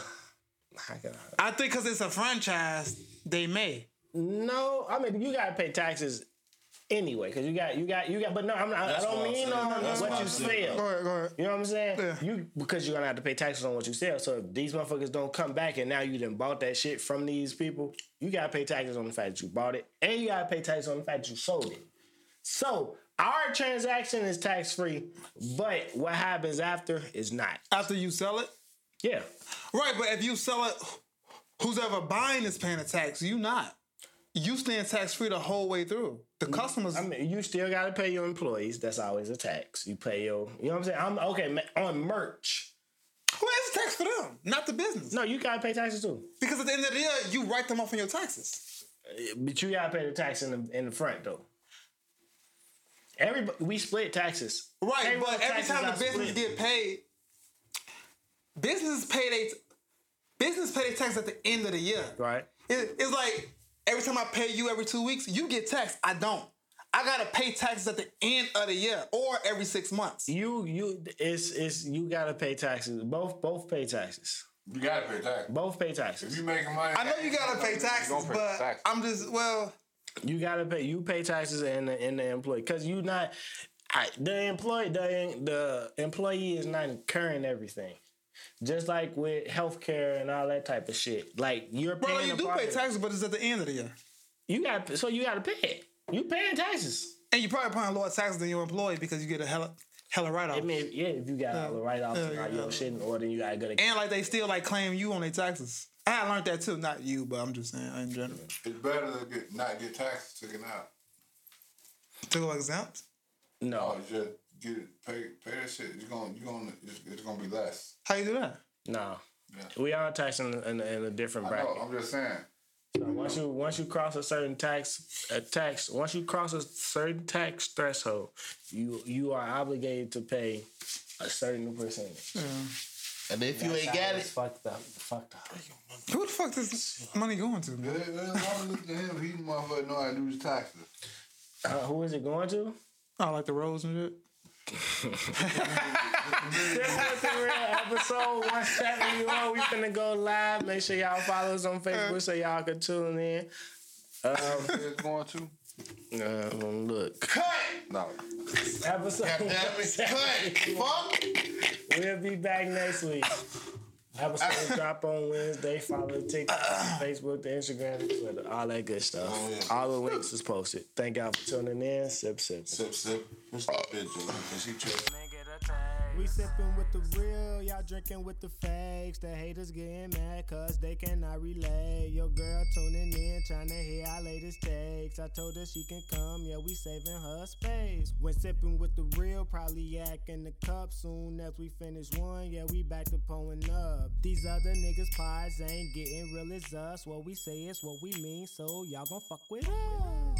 How can I? I think because it's a franchise, they may. No, I mean you gotta pay taxes anyway because you got you got you got. But no, I'm not, I That's don't what I'm mean saying. on That's what what you I'm saying. sell. Go ahead, go ahead. You know what I'm saying? Yeah. You because you're gonna have to pay taxes on what you sell. So if these motherfuckers don't come back and now you done bought that shit from these people, you gotta pay taxes on the fact that you bought it, and you gotta pay taxes on the fact that you sold it. So our transaction is tax free, but what happens after is not. After you sell it? Yeah. Right, but if you sell it, who's ever buying is paying a tax. You not. You stand tax free the whole way through. The customers. I mean, you still gotta pay your employees. That's always a tax. You pay your, you know what I'm saying? I'm okay ma- on merch. who has tax for them? Not the business. No, you gotta pay taxes too. Because at the end of the year, you write them off on your taxes. But you gotta pay the tax in the in the front though. Everybody, we split taxes. Right, Payroll but every taxes time are the business split. get paid, businesses pay they business pay their tax at the end of the year. Right. It- it's like every time I pay you every two weeks, you get taxed. I don't. I gotta pay taxes at the end of the year or every six months. You you it's it's you gotta pay taxes. Both both pay taxes. You gotta pay tax. Both pay If taxes. you making money, I know you gotta pay taxes, gonna pay but taxes. I'm just well. You gotta pay. You pay taxes and the and the employee because you not I, the employee the the employee is not incurring everything. Just like with healthcare and all that type of shit. Like you're Bro, paying. you a do part pay of- taxes, but it's at the end of the year, You got so you gotta pay it. You paying taxes. and you're probably paying lower taxes than your employee because you get a hella hella write off. I mean, yeah, if you got all the write offs Yeah, and all yeah. your shit in order, you gotta go to. And like they still like claim you on their taxes. I had learned that too, not you, but I'm just saying in general. it's better to get, not get taxes taken out. To go exempt? no, Oh, just get it, pay, pay that shit. You're gonna, you're gonna, it's, it's gonna be less. How you do that? no. Yeah. We are taxed in, in, in a different I bracket. know, I'm just saying. So once you once you cross a certain tax a tax once you cross a certain tax threshold, you you are obligated to pay a certain percentage. And if you ain't got It's it, fucked up. Fucked up. Who the fuck this money going to? man? Hey, man, I'm looking at him. He motherfucker know how to do his taxes. Uh, who is it going to? Oh, like the roads and shit. That's the real episode 171. We finna go live. Make sure y'all follow us on Facebook so y'all can tune in. It's going to. Um, look. cut. No. Episode That was cut. Fuck. We'll be back next week. Episode drop on Wednesday. Follow the TikTok, Facebook, the Instagram, the Twitter, all that good stuff. All the links is posted. Thank y'all for tuning in. Sip, sip. Sip, sip. What's that bitch? Is he tripping? Nigga, the taste. We sipping with the real, y'all drinking with the fakes. The haters getting mad cause they cannot relate. Your girl tuning in, trying to hear our latest takes. I told her she can come, yeah, we saving her space. When sipping with the real, probably acting the cup. Soon as we finish one, yeah, we back to pulling up. These other niggas' pies ain't getting real as us. What we say is what we mean, so y'all gon' fuck with us.